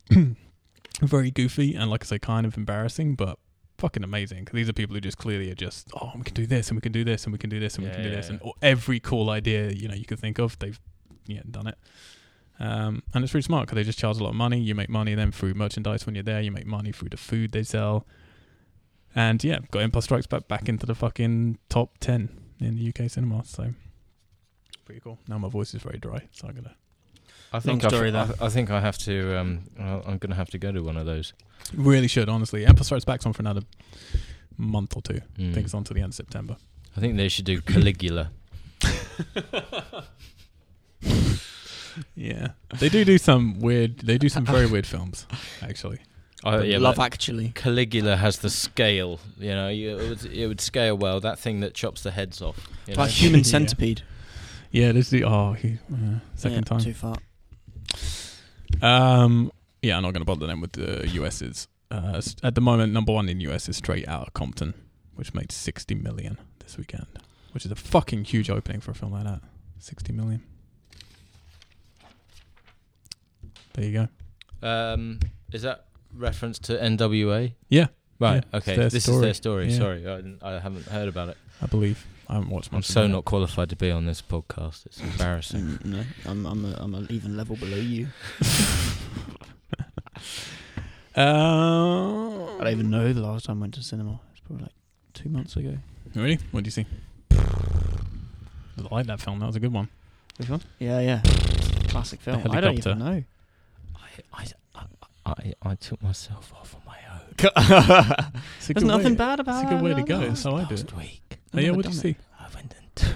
S2: um, very goofy and like I say, kind of embarrassing, but fucking amazing because these are people who just clearly are just oh we can do this and we can do this and we can do this and we
S3: Yeah,
S2: can do
S3: yeah,
S2: this and
S3: yeah.
S2: every cool idea you know you could think of they've yeah done it. Um, and it's really smart because they just charge a lot of money. You make money then through merchandise when you're there. You make money through the food they sell. And yeah, got Empire Strikes Back back into the fucking top ten in the UK cinema. So pretty cool. Now my voice is very dry, so I'm gonna
S3: I
S1: think Long
S3: think
S1: I've-
S3: I,
S1: story there.
S3: think I have to. um, I'm going to have to go to one of those.
S2: Really should, honestly. Empire Strikes Back's on for another month or two. I think it's on to the end of September.
S3: Mm. I think they should do Caligula.
S2: Yeah. They do do some weird, they do some very weird films, actually.
S3: I, Oh, yeah,
S1: Love
S3: but
S1: Actually.
S3: Caligula has the scale. You know, you, it, would, it would scale well. That thing that chops the heads off. You know?
S1: Like Human
S2: Yeah.
S1: Centipede.
S2: Yeah, this is the, oh, he, uh, second
S1: Yeah,
S2: time.
S1: Too far.
S2: Um, yeah, I'm not going to bother them with the US's. Uh, s- at the moment, number one in US is Straight Outta Compton, which made 60 million this weekend, which is a fucking huge opening for a film like that. 60 million. There you go.
S3: um, is that reference to NWA?
S2: Yeah.
S3: Right.
S2: Yeah, it's
S3: okay.
S2: their
S3: This is
S2: story.
S3: their story.
S2: Yeah.
S3: Sorry, I, didn't- I haven't heard about it.
S2: I believe. I haven't watched
S3: I'm
S2: much.
S3: so
S2: of it.
S3: not qualified to be on this podcast. It's embarrassing.
S1: Mm, no, I'm I'm a, I'm an even level below you.
S2: Uh, Um,
S1: I don't even know the last time I went to cinema. It's probably like two months ago.
S2: Really? What do you see? I like that film. That was a good one.
S1: Which one? Yeah, yeah. Classic film.
S2: The
S1: I don't even know.
S3: I, I, I, I took myself off on my own
S1: There's
S2: It's a
S1: nothing
S2: way.
S1: bad about
S2: It's a
S1: it.
S2: good way to go.
S1: I've
S2: That's how I do it.
S3: week.
S2: Oh,
S1: never
S2: yeah, what
S1: done
S2: did you
S1: it.
S2: see?
S3: I went and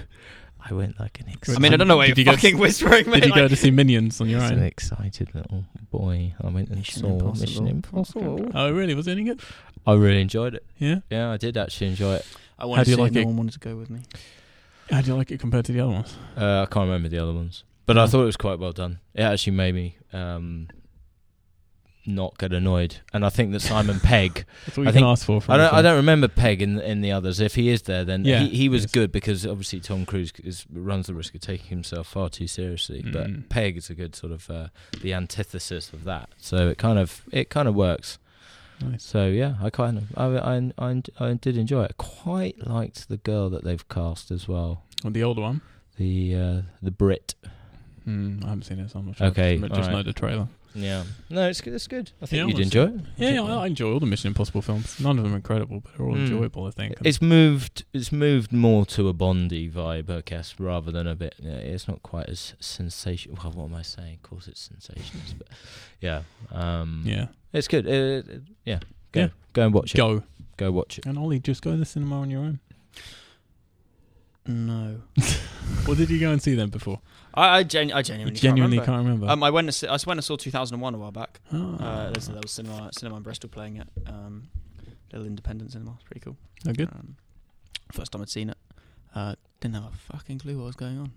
S3: I went like an
S2: I
S1: I
S3: excited.
S1: mean, I don't know why
S2: Did
S1: you're
S2: you go-
S1: fucking whispering, mate.
S2: Did you go
S1: like-
S2: to see Minions on your
S3: As an
S2: own?
S3: excited little boy, I went and
S1: Mission
S3: saw Mission
S1: Impossible.
S3: Impossible.
S2: Oh, really? Was it any good?
S3: I really enjoyed it.
S2: Yeah.
S3: Yeah, I did actually enjoy it.
S1: I wanted
S2: How do you
S1: to see
S2: like
S1: it.
S2: it?
S1: No one wanted to go with me.
S2: How do you like it compared to the other ones?
S3: Uh, I can't remember the other ones, but
S1: Mm.
S3: I thought it was quite well done. It actually made me um, not get annoyed, and I think that Simon Pegg.
S2: That's all you
S3: I
S2: can
S3: think-
S2: ask for. From
S3: I
S2: a
S3: don't. I
S2: film.
S3: don't remember Peg in in the others. If he is there, then
S2: Yeah,
S3: he,
S2: he
S3: he was
S2: is.
S3: good because obviously Tom Cruise is, runs the risk of taking himself far too seriously.
S2: Mm.
S3: But Peg is a good sort of uh, the antithesis of that. So it kind of it kind of works.
S2: Nice.
S3: So yeah, I kind of I I I, I did enjoy it. Quite liked the girl that they've cast as well.
S2: Well, the older one.
S3: The uh, the Brit.
S2: Mm, I haven't seen it, so I'm not sure.
S3: Okay,
S2: Just,
S3: all
S2: just
S3: right.
S2: know the trailer.
S3: Yeah. No, it's good. It's good.
S2: Yeah,
S3: I
S2: I
S3: think you'd
S2: wanna
S3: enjoy it.
S2: Yeah,
S3: think
S2: yeah,
S3: you-
S2: I enjoy all the Mission Impossible films. None of them are incredible, but they're all
S3: Mm.
S2: enjoyable, I think. And
S3: It's moved. It's moved more to a Bondy vibe, I guess, rather than a bit. Yeah, it's not quite as sensational. Well, what am I saying? Of course, it's sensationalist, but yeah, um,
S2: yeah.
S3: it's good. Uh, Uh, yeah, go
S2: Yeah.
S3: go and watch it. Go,
S2: Go.
S3: watch it.
S2: And Ollie, just go to the cinema on your own.
S1: No.
S2: What did you go and see then before?
S1: I, I, genu- I
S2: You
S1: genuinely,
S2: genuinely
S1: can't remember.
S2: can't remember.
S1: Um, I went to see, I went and saw 2001 a while back.
S3: Um,
S2: Ah.
S1: Uh, there's, there was cinema cinema in Bristol playing it. Um, little independent cinema. It's pretty cool.
S2: Oh, good.
S1: Um, first time I'd seen it. Uh, didn't have a fucking clue what was going on.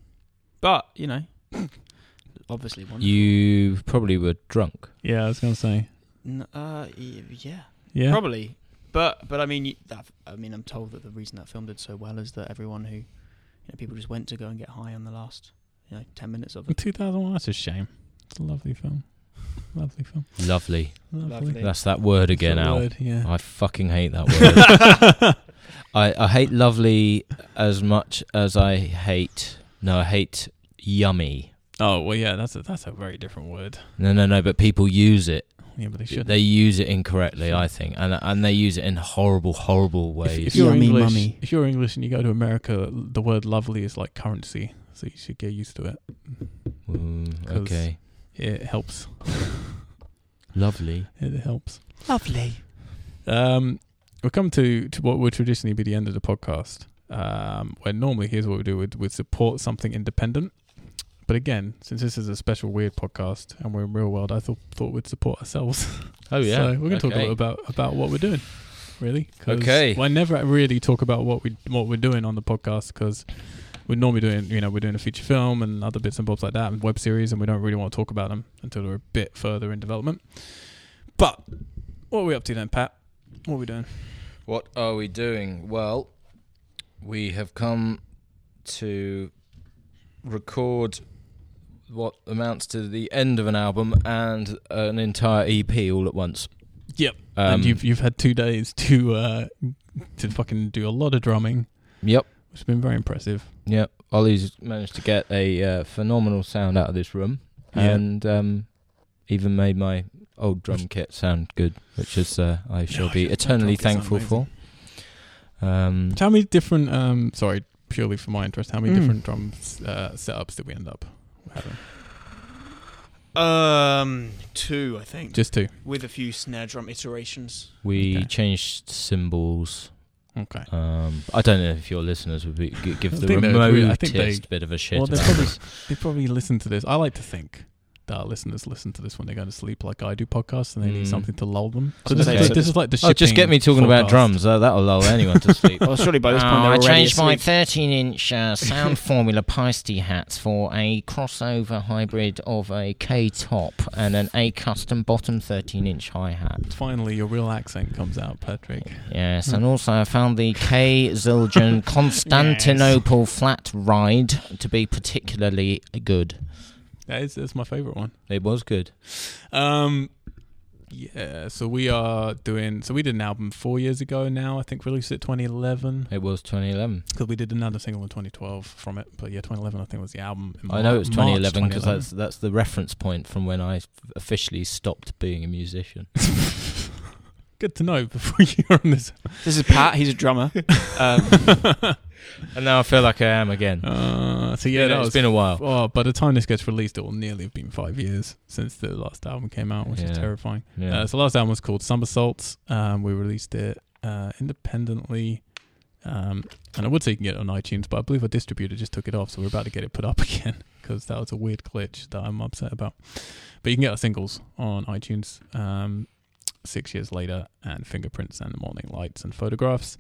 S1: But you know, obviously one.
S3: You probably were drunk.
S2: Yeah, I was gonna say.
S1: N- uh, y- yeah,
S2: Yeah.
S1: probably. But but I mean, you- that, I mean, I'm told that the reason that film did so well is that everyone who, you know, people just went to go and get high on the last, you know, ten minutes of it.
S2: 2001. That's a shame. It's a lovely film. Lovely film.
S3: Lovely.
S1: Lovely.
S2: Lovely.
S3: That's that word again,
S2: That's the
S3: Al.
S2: word, yeah.
S3: I fucking hate that word. I, I hate lovely as much as I hate. No, I hate yummy.
S2: oh well, yeah. That's a, that's a very different word.
S3: No, no, no. But people use it.
S2: Yeah, but they should.
S3: They use it incorrectly, I think, and and they use it in horrible, horrible
S2: if,
S3: ways.
S2: if you're
S1: Yummy
S2: English,
S1: mummy.
S2: if you're English and you go to America, the word "lovely" is like currency, so you should get used to it.
S3: Mm,
S2: 'Cause-
S3: okay,
S2: It helps.
S3: lovely.
S2: It helps.
S1: Lovely.
S2: Um, we'll come to, to what would traditionally be the end of the podcast, um, where normally here's what we do: we'd, we'd support something independent. But again, since this is a special weird podcast and we're in real world, I thought thought we'd support ourselves.
S3: Oh yeah,
S2: so we're gonna talk a
S3: Okay.
S2: little about about what we're doing, really. 'cause
S3: Okay.
S2: I never really talk about what we what we're doing on the podcast because we're normally doing you know we're doing a feature film and other bits and bobs like that and web series and we don't really want to talk about them until they're a bit further in development. But what are we up to then, Pat? What are we doing?
S3: What are we doing? Well, we have come to record what amounts to the end of an album and an entire EP all at once.
S2: Yep.
S3: Um,
S2: and you've you've had two days to uh to fucking do a lot of drumming,
S3: Yep.
S2: which has been very impressive.
S3: Yep. Ollie's managed to get a uh, phenomenal sound out of this room,
S2: Yeah.
S3: and um, even made my old drum kit sound good, which is uh, I shall
S2: I
S3: be
S2: should- my
S3: eternally
S2: drum kit's
S3: thankful for. Um,
S2: How many different um sorry, purely for my interest, how many
S3: Mm.
S2: different drum uh, setups did we end up having?
S1: Um, two, I think,
S2: Just two.
S1: with a few snare drum iterations.
S3: we
S2: Okay.
S3: changed cymbals.
S2: Okay.
S3: Um, I don't know if your listeners would be, g-
S2: I
S3: give the
S2: think they would really- I think
S3: remotest
S2: they-
S3: bit of a shit
S2: well, they
S3: about
S2: probably-
S3: this.
S2: They probably listen to this. I like to think that our listeners listen to this when they go to sleep, like I do podcasts, and they need
S3: Mm.
S2: something to lull them.
S1: I
S2: So
S1: was
S2: this,
S1: gonna
S2: is,
S1: say-
S2: this is like the
S3: Oh, just get
S2: shipping
S3: me talking about
S2: forecast.
S3: drums. Uh, that'll lull anyone to sleep. Uh,
S1: Well, surely by this
S4: Oh,
S1: point they're
S4: I
S1: already
S4: changed my
S1: asleep.
S4: 13 inch uh, Sound Formula Paiste hats for a crossover hybrid of a K top and an A custom bottom 13 inch hi hat.
S2: Finally, your real accent comes out, Patrick.
S3: Hmm.
S4: Yes, and also I found the K Zildjian Constantinople flat ride to be particularly good.
S2: That is, that's my favorite one.
S3: It was good.
S2: Um, yeah. So we are doing. So we did an album four years ago. Now I think released it 2011
S3: It was 2011.
S2: because we did another single in 2012 from it. But yeah, 2011 I think was the album. in
S3: I know it was
S2: Mar- March
S3: 2011 because that's that's the reference point from when I f- officially stopped being a musician.
S2: 2011. Good to know before you're on this.
S1: This is Pat. He's a drummer.
S3: Um, and now I feel like I am again.
S2: Uh, so yeah,
S3: You know,
S2: that
S3: it's
S2: was
S3: been a while.
S2: Oh, by the time this gets released, it will nearly have been five years since the last album came out, which
S3: Yeah.
S2: is terrifying.
S3: Yeah.
S2: Uh, so the last album was called Somersaults. Um, we released it uh, independently. Um, and I would say you can get it on iTunes, but I believe our distributor just took it off, so we're about to get it put up again because that was a weird glitch that I'm upset about. But you can get our singles on iTunes um, six years later, and Fingerprints and the Morning Lights and Photographs.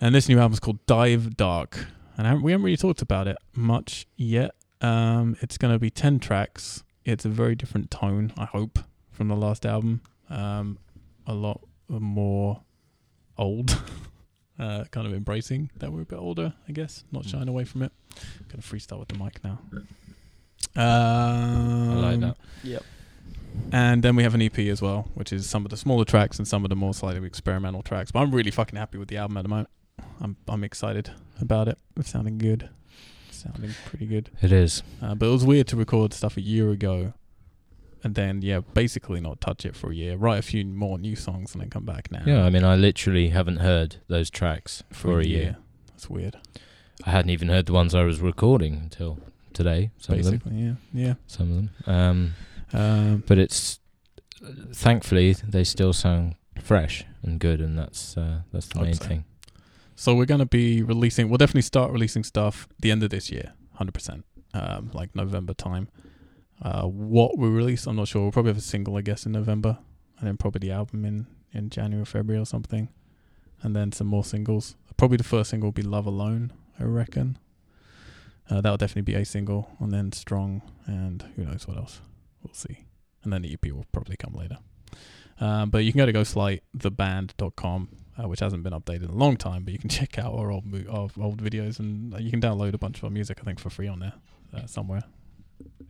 S2: And this new album's called Dive Dark, and I haven't, we haven't really talked about it much yet. Um, it's going to be ten tracks. It's a very different tone, I hope, from the last album. Um, a lot more old, uh, kind of embracing that we're a bit older, I guess. Not
S3: Hmm.
S2: shying away from it. Gonna freestyle with the mic now. Um,
S3: I like that.
S1: Yep.
S2: And then we have an EP as well, which is some of the smaller tracks and some of the more slightly experimental tracks. But I'm really fucking happy with the album at the moment. I'm I'm excited about it. It's sounding good. It's sounding pretty good.
S3: It is.
S2: Uh, but it was weird to record stuff a year ago and then, yeah, basically not touch it for a year, write a few more new songs and then come back now.
S3: Yeah, I mean, I literally haven't heard those tracks for a year.
S2: That's weird.
S3: I hadn't even heard the ones I was recording until today. Some of them.
S2: basically, yeah.
S3: Some of them. Um,
S2: Yeah. Um,
S3: but it's thankfully they still sound fresh and good, and that's uh, that's the
S2: Hope
S3: main
S2: so.
S3: thing.
S2: so we're going to be releasing, we'll definitely start releasing stuff the end of this year, 100%, um, like November time. Uh, what we release, I'm not sure. We'll probably have a single, I guess, in November and then probably the album in, in January or February or something. And then some more singles. Probably the first single will be Love Alone, I reckon. Uh, that'll definitely be a single, and then Strong, and who knows what else. We'll see. And then the EP will probably come later. Um, but you can go to ghostlighttheband.com, uh, which hasn't been updated in a long time, but you can check out our old, mo- our old videos, and uh, you can download a bunch of our music, I think, for free on there uh, somewhere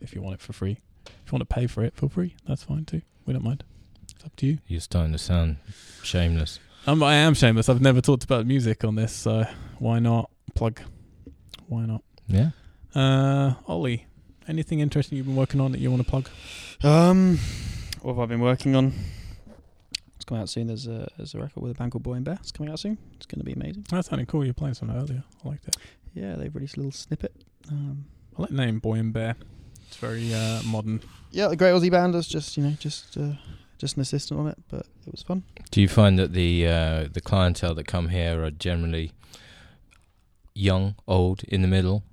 S2: if you want it for free. If you want to pay for it, feel free. That's fine too. We don't mind. It's up to you.
S3: You're starting to sound shameless.
S2: I'm, I am shameless. I've never talked about music on this, so why not plug? Why not?
S3: Yeah.
S2: Uh, Ollie, anything interesting you've been working on that you want to plug?
S1: Um, what have I been working on? It's coming out soon. There's a there's a record with a band called Boy and Bear. It's coming out soon. It's going to be amazing.
S2: That sounded cool. You were playing some earlier. I liked it.
S1: Yeah, they've released a little snippet. Um,
S2: I like the name Boy and Bear. It's very uh, modern.
S1: yeah, the Great Aussie Band is just you know just uh, just an assistant on it, but it was fun.
S3: Do you find that the uh, the clientele that come here are generally young, old, in the middle,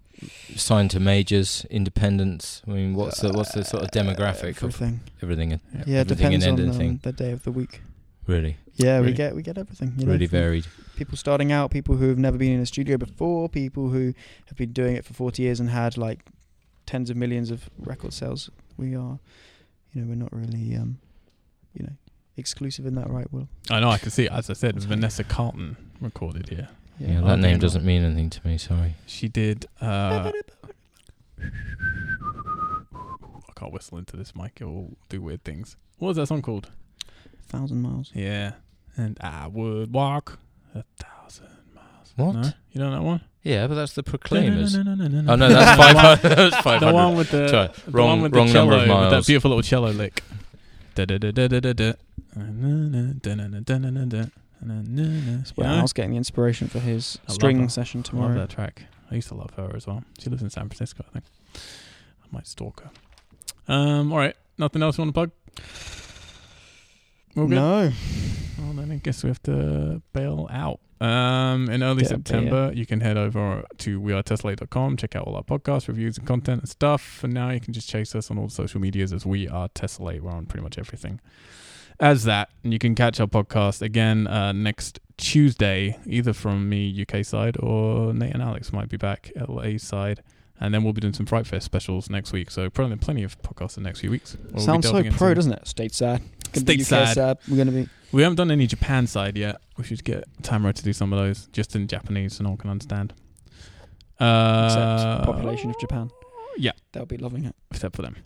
S3: signed to majors, independents? I mean, what's the what's the sort of demographic of
S1: Uh, Everything.
S3: everything?
S1: Yeah, it
S3: everything and
S1: depends on
S3: anything.
S1: um, the day of the week.
S3: Really,
S1: Yeah,
S2: Really?
S1: we get we get everything. You know,
S3: really
S1: from
S3: varied.
S1: People starting out, people who have never been in a studio before, people who have been doing it for forty years and had like tens of millions of record sales. We are, you know, we're not really, um, you know, exclusive in that right. Will
S2: I know. I can see. As I said, Vanessa Carlton recorded here.
S3: Yeah,
S2: Oh,
S3: that name
S2: damn.
S3: doesn't mean anything to me. Sorry.
S2: She did. Uh, I can't whistle into this mic. It will do weird things. What was that song called?
S1: thousand miles.
S2: Yeah. And I would walk a thousand.
S3: What?
S2: No? You know that one?
S3: Yeah, but that's the Proclaimers.
S2: No, no, no, no, no, no.
S3: Oh no, that's
S2: The one-
S3: five hundred. that's five
S2: The one
S3: hundred.
S2: with the,
S3: Sorry,
S2: the
S3: wrong-
S2: one with the
S3: wrong
S2: cello,
S3: number of
S2: with that
S3: miles.
S2: beautiful little cello lick. Da da da da da da da. That's
S1: That's where I was getting the inspiration for his
S2: I love
S1: string
S2: that.
S1: session
S2: I love
S1: tomorrow.
S2: that track. I used to love her as well. She lives in San Francisco, I think. I might stalk her. Um, all right. Nothing else you want to plug? We're good?
S1: No,
S2: Well, then I guess we have to bail out. Um, in early
S1: Yeah,
S2: September, you can head over to wearetesla.com, check out all our podcast reviews and content and stuff. And now you can just chase us on all the social medias as we are Tesla. We're on pretty much everything as that. And you can catch our podcast again uh, next Tuesday, either from me, UK side, or Nate and Alex might be back, LA side. And then we'll be doing some Fright Fest specials next week. So probably plenty of podcasts in the next few weeks. where we'll be
S1: sounds so
S2: delving
S1: pro,
S2: into-
S1: doesn't it? Stateside. Gonna be UK
S2: Stateside.
S1: side. We're gonna be.
S2: we haven't done any Japan side yet. We should get Tamara to do some of those just in Japanese so no one can understand. Uh,
S1: Except population of Japan.
S2: yeah.
S1: They'll be loving it.
S2: Except for them.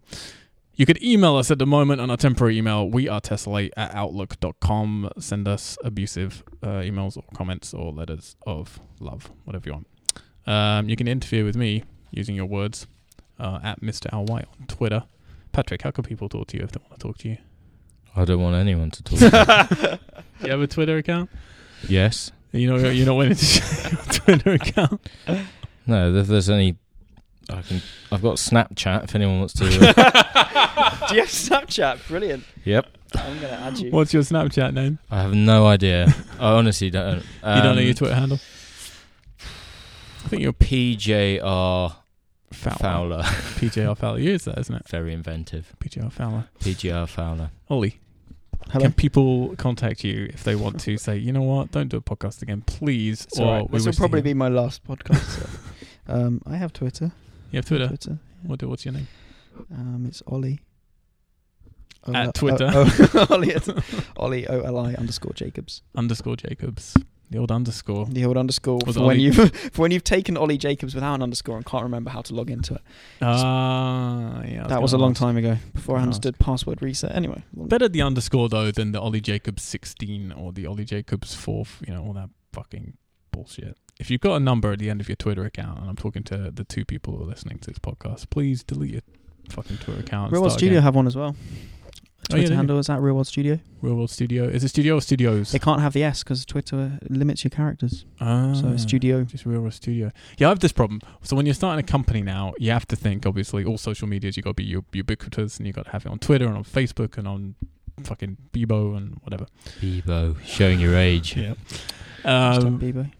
S2: You could email us at the moment on our temporary email. We are tessellate at outlook.com. Send us abusive uh, emails or comments or letters of love, whatever you want. Um, you can interfere with me using your words uh, at Mr. Al White on Twitter. Patrick, how can people talk to you if they want to talk to you?
S3: I don't want anyone to talk. to
S2: You have a Twitter account?
S3: me. Yes.
S2: You know, you're not willing to share your Twitter account.
S3: No. If there's any, I can. I've got Snapchat. If anyone wants to.
S1: Do you have Snapchat? Brilliant.
S3: yep.
S1: I'm gonna add you.
S2: What's your Snapchat name?
S3: I have no idea. I honestly don't. Um,
S2: you don't know your Twitter handle? I think you're
S3: PJR
S2: Fowler.
S3: Fowler.
S2: PJR Fowler. You use that, isn't it?
S3: Very inventive.
S2: PJR Fowler.
S3: PJR Fowler.
S2: Ollie,
S1: Hello.
S2: can people contact you if they want to say, you know what, don't do a podcast again, please?
S1: It's alright.
S2: we
S1: This will
S2: wish to
S1: probably
S2: hear-
S1: be my last podcast. So. um, I have Twitter.
S2: You have Twitter?
S1: Twitter.
S2: What do, what's your name?
S1: Um, it's Ollie. Ola-
S2: At Twitter.
S1: O- O- Ollie, at- Ollie, O L I underscore Jacobs.
S2: Underscore Jacobs. The old underscore.
S1: The old underscore
S2: Was
S1: for when
S2: Ollie-
S1: you've for when you've taken Ollie Jacobs without an underscore and can't remember how to log into it.
S2: Ah, yeah. I
S1: that was a
S2: gonna
S1: long
S2: ask.
S1: time ago before I
S2: Gonna
S1: understood password reset. Anyway, long-
S2: Better the underscore though than the Ollie Jacobs sixteen or the Ollie Jacobs fourth, you know, all that fucking bullshit. If you've got a number at the end of your Twitter account, and I'm talking to the two people who are listening to this podcast, please delete your fucking Twitter account. and
S1: Real World
S2: start
S1: Studio
S2: again.
S1: have one as well.
S2: Oh, yeah,
S1: Twitter
S2: they do.
S1: handle is at Real World Studio.
S2: Real World Studio. Is it Studio or Studios?
S1: They can't have the S because Twitter limits your characters.
S2: Ah.
S1: So Studio.
S2: Just real world studio. Yeah, I have this problem. So when you're starting a company now, you have to think. Obviously, all social medias you got to be u- ubiquitous, and you got to have it on Twitter and on Facebook and on fucking Bebo and whatever.
S3: Bebo. Showing your age.
S2: Yeah.
S1: Stop
S2: Um,
S1: Bebo.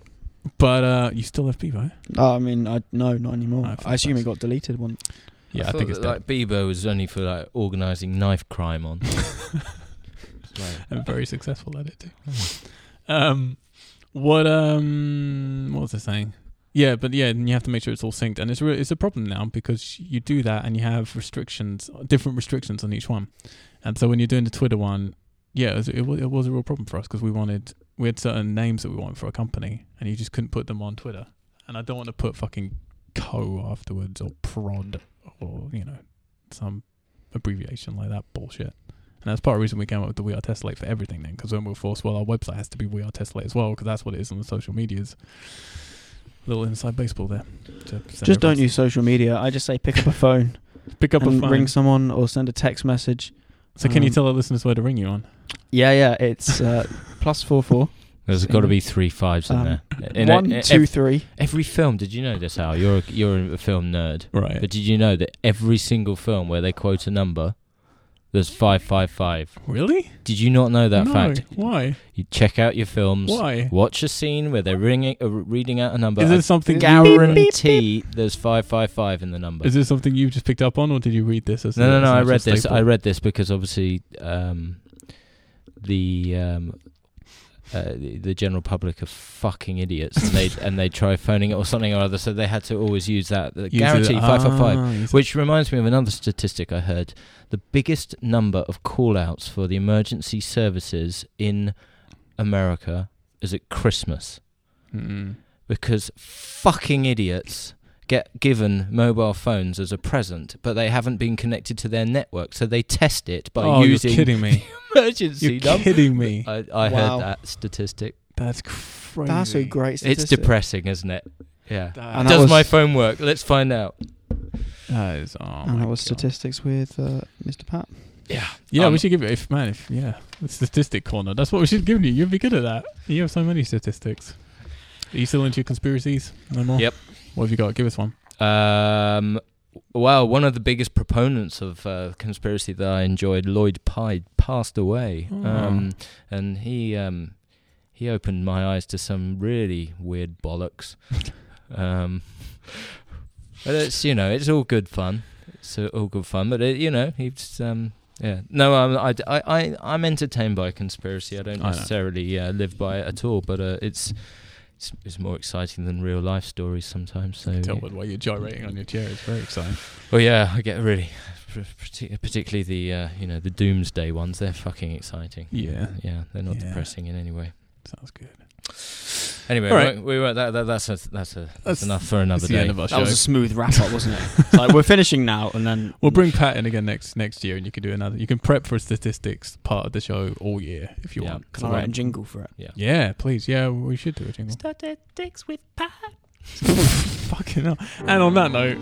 S2: but uh, you still have Bebo.
S1: Oh, I mean, I no, not anymore.
S2: I
S1: I,
S2: think
S1: assume
S2: that's-
S1: it got deleted once.
S2: Yeah, I,
S3: thought
S2: think it's
S3: that,
S2: dead.
S3: like Bebo was only for like organising knife crime on.
S2: and very Hmm. successful at it too. Um, what um, what was I saying? Yeah, but yeah, and you have to make sure it's all synced, and it's re- it's a problem now because you do that and you have restrictions, different restrictions on each one, and so when you're doing the Twitter one, yeah, it was, it was, it was a real problem for us because we wanted we had certain names that we wanted for a company, and you just couldn't put them on Twitter, and I don't want to put fucking co afterwards or prod or you know some abbreviation like that bullshit. And that's part of the reason we came up with the We Are Tessellate for everything then, because then we were forced, well, our website has to be We Are Tessellate as well, because that's what it is on the social medias. Little inside baseball there.
S1: Just don't use social media. I just say pick up a phone
S2: Pick up a
S1: and
S2: phone.
S1: ring someone or send a text message.
S2: so can you
S1: um,
S2: tell our listeners where to ring you on?
S1: Yeah, yeah. It's uh, plus four four.
S3: There's got to be three fives in
S1: Um,
S3: there. In a-
S1: One,
S3: in
S1: two,
S3: ev-
S1: three.
S3: every film. Did you know this, Al? You're a, you're a film nerd.
S2: Right.
S3: But did you know that every single film where they quote a number, there's five five five?
S2: really?
S3: Did you not know that
S2: no.
S3: fact?
S2: Why?
S3: You check out your films.
S2: Why?
S3: Watch a scene where they're ringing, uh, reading out a number.
S2: Is
S3: I
S2: this something?
S3: guarantee there's five five five in the number.
S2: Is this something you've just picked up on, or did you read this? As
S3: no,
S2: a-
S3: no, no.
S2: as
S3: I
S2: a
S3: read this.
S2: staple?
S3: I read this because obviously um, the um, uh, the the general public are fucking idiots, and they and they try phoning it or something or other. So they had to always use that the
S2: Use it-
S3: guarantee five five five.
S2: Ah, use it.
S3: Which reminds me of another statistic I heard: the biggest number of call-outs for the emergency services in America is at Christmas
S2: Mm.
S3: because fucking idiots get given mobile phones as a present, but they haven't been connected to their network, so they test it by
S2: oh,
S3: using
S2: you're kidding me!
S3: emergency
S2: You're
S3: number.
S2: kidding me!
S3: I, I
S1: Wow.
S3: heard that statistic.
S2: That's crazy.
S1: That's a great.
S3: It's
S1: Statistic.
S3: depressing, isn't it? Yeah.
S1: And
S2: That,
S1: that
S3: Does
S1: was-
S3: my phone work? Let's find out.
S2: that is. Oh my
S1: and that was
S2: God.
S1: statistics with uh, Mr. Pat.
S3: Yeah.
S2: Yeah,
S3: Um,
S2: we should give it. If man, if yeah, the statistic corner. That's what we should give you. You'd be good at that. You have so many statistics. Are you still into your conspiracies? No more.
S3: Yep.
S2: What have you got? Give us one.
S3: Um, well, one of the biggest proponents of uh, conspiracy that I enjoyed, Lloyd Pye, passed away,
S2: Oh.
S3: um, and he um, he opened my eyes to some really weird bollocks. um, but it's you know it's all good fun. It's uh, all good fun, but it, you know he's um, yeah. No, I'm I, I, I I'm entertained by conspiracy. I don't
S2: I know.
S3: necessarily uh, live by it at all, but uh, it's. It's, it's more exciting than real life stories sometimes. So
S2: Tell what why you're gyrating on your chair. It's very exciting.
S3: well, yeah, I get really, partic- particularly the uh, you know the doomsday ones. They're fucking exciting.
S2: Yeah.
S3: Yeah, they're not
S2: Yeah.
S3: depressing in any way.
S2: Sounds good.
S3: Anyway,
S2: All right.
S3: we- we were, that, that, that's a, that's a that's,
S2: That's-
S3: enough for another
S2: That's
S3: day.
S2: the end of our
S1: That
S2: show.
S1: was a smooth wrap up, wasn't it? like we're finishing now, and then
S2: We'll bring Pat in again next next year, and you can do another. You can prep for a statistics part of the show all year if you
S3: Yeah.
S2: want. 'Cause
S1: Can I
S2: I-
S1: write a jingle for it?
S2: Yeah, please. Yeah, we should do a jingle.
S4: Statistics with Pat.
S2: Fucking hell. And on that note,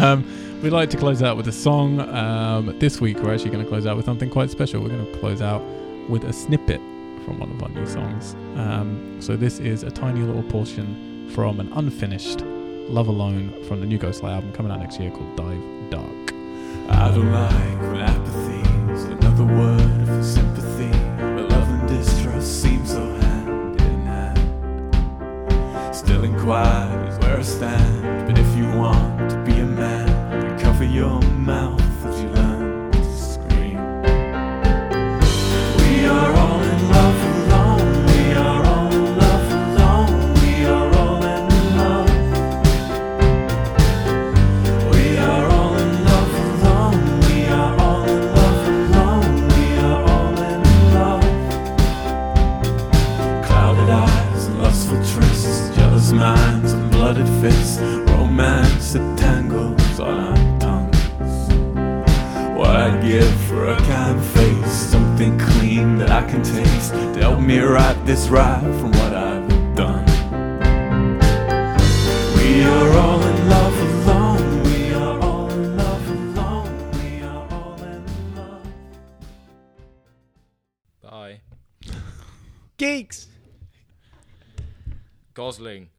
S2: um, we'd like to close out with a song. Um, this week, we're actually going to close out with something quite special. We're going to close out with a snippet from one of our new songs. Um, so, this is a tiny little portion from an unfinished Love Alone from the new Ghostlight album coming out next year called Dive Dark.
S5: I don't like when apathy is another word for sympathy. But love and distrust seem so hand in hand. Still inquired is where I stand. But if you want to be a man, then cover your mouth as you learn to scream. We are all in love alone. We are all in love alone. We are all in love. We are all in love alone. We are all in love alone. We are all in love. Clouded eyes and lustful trysts, jealous minds and blooded fists, romance that tangles on our tongues. What I'd give for a kind face, something clean that I can taste, to help me right this right from what I've done. We are all in love alone. We are all in love alone. We are all in love.
S3: Bye,
S1: Geeks.
S3: Gosling.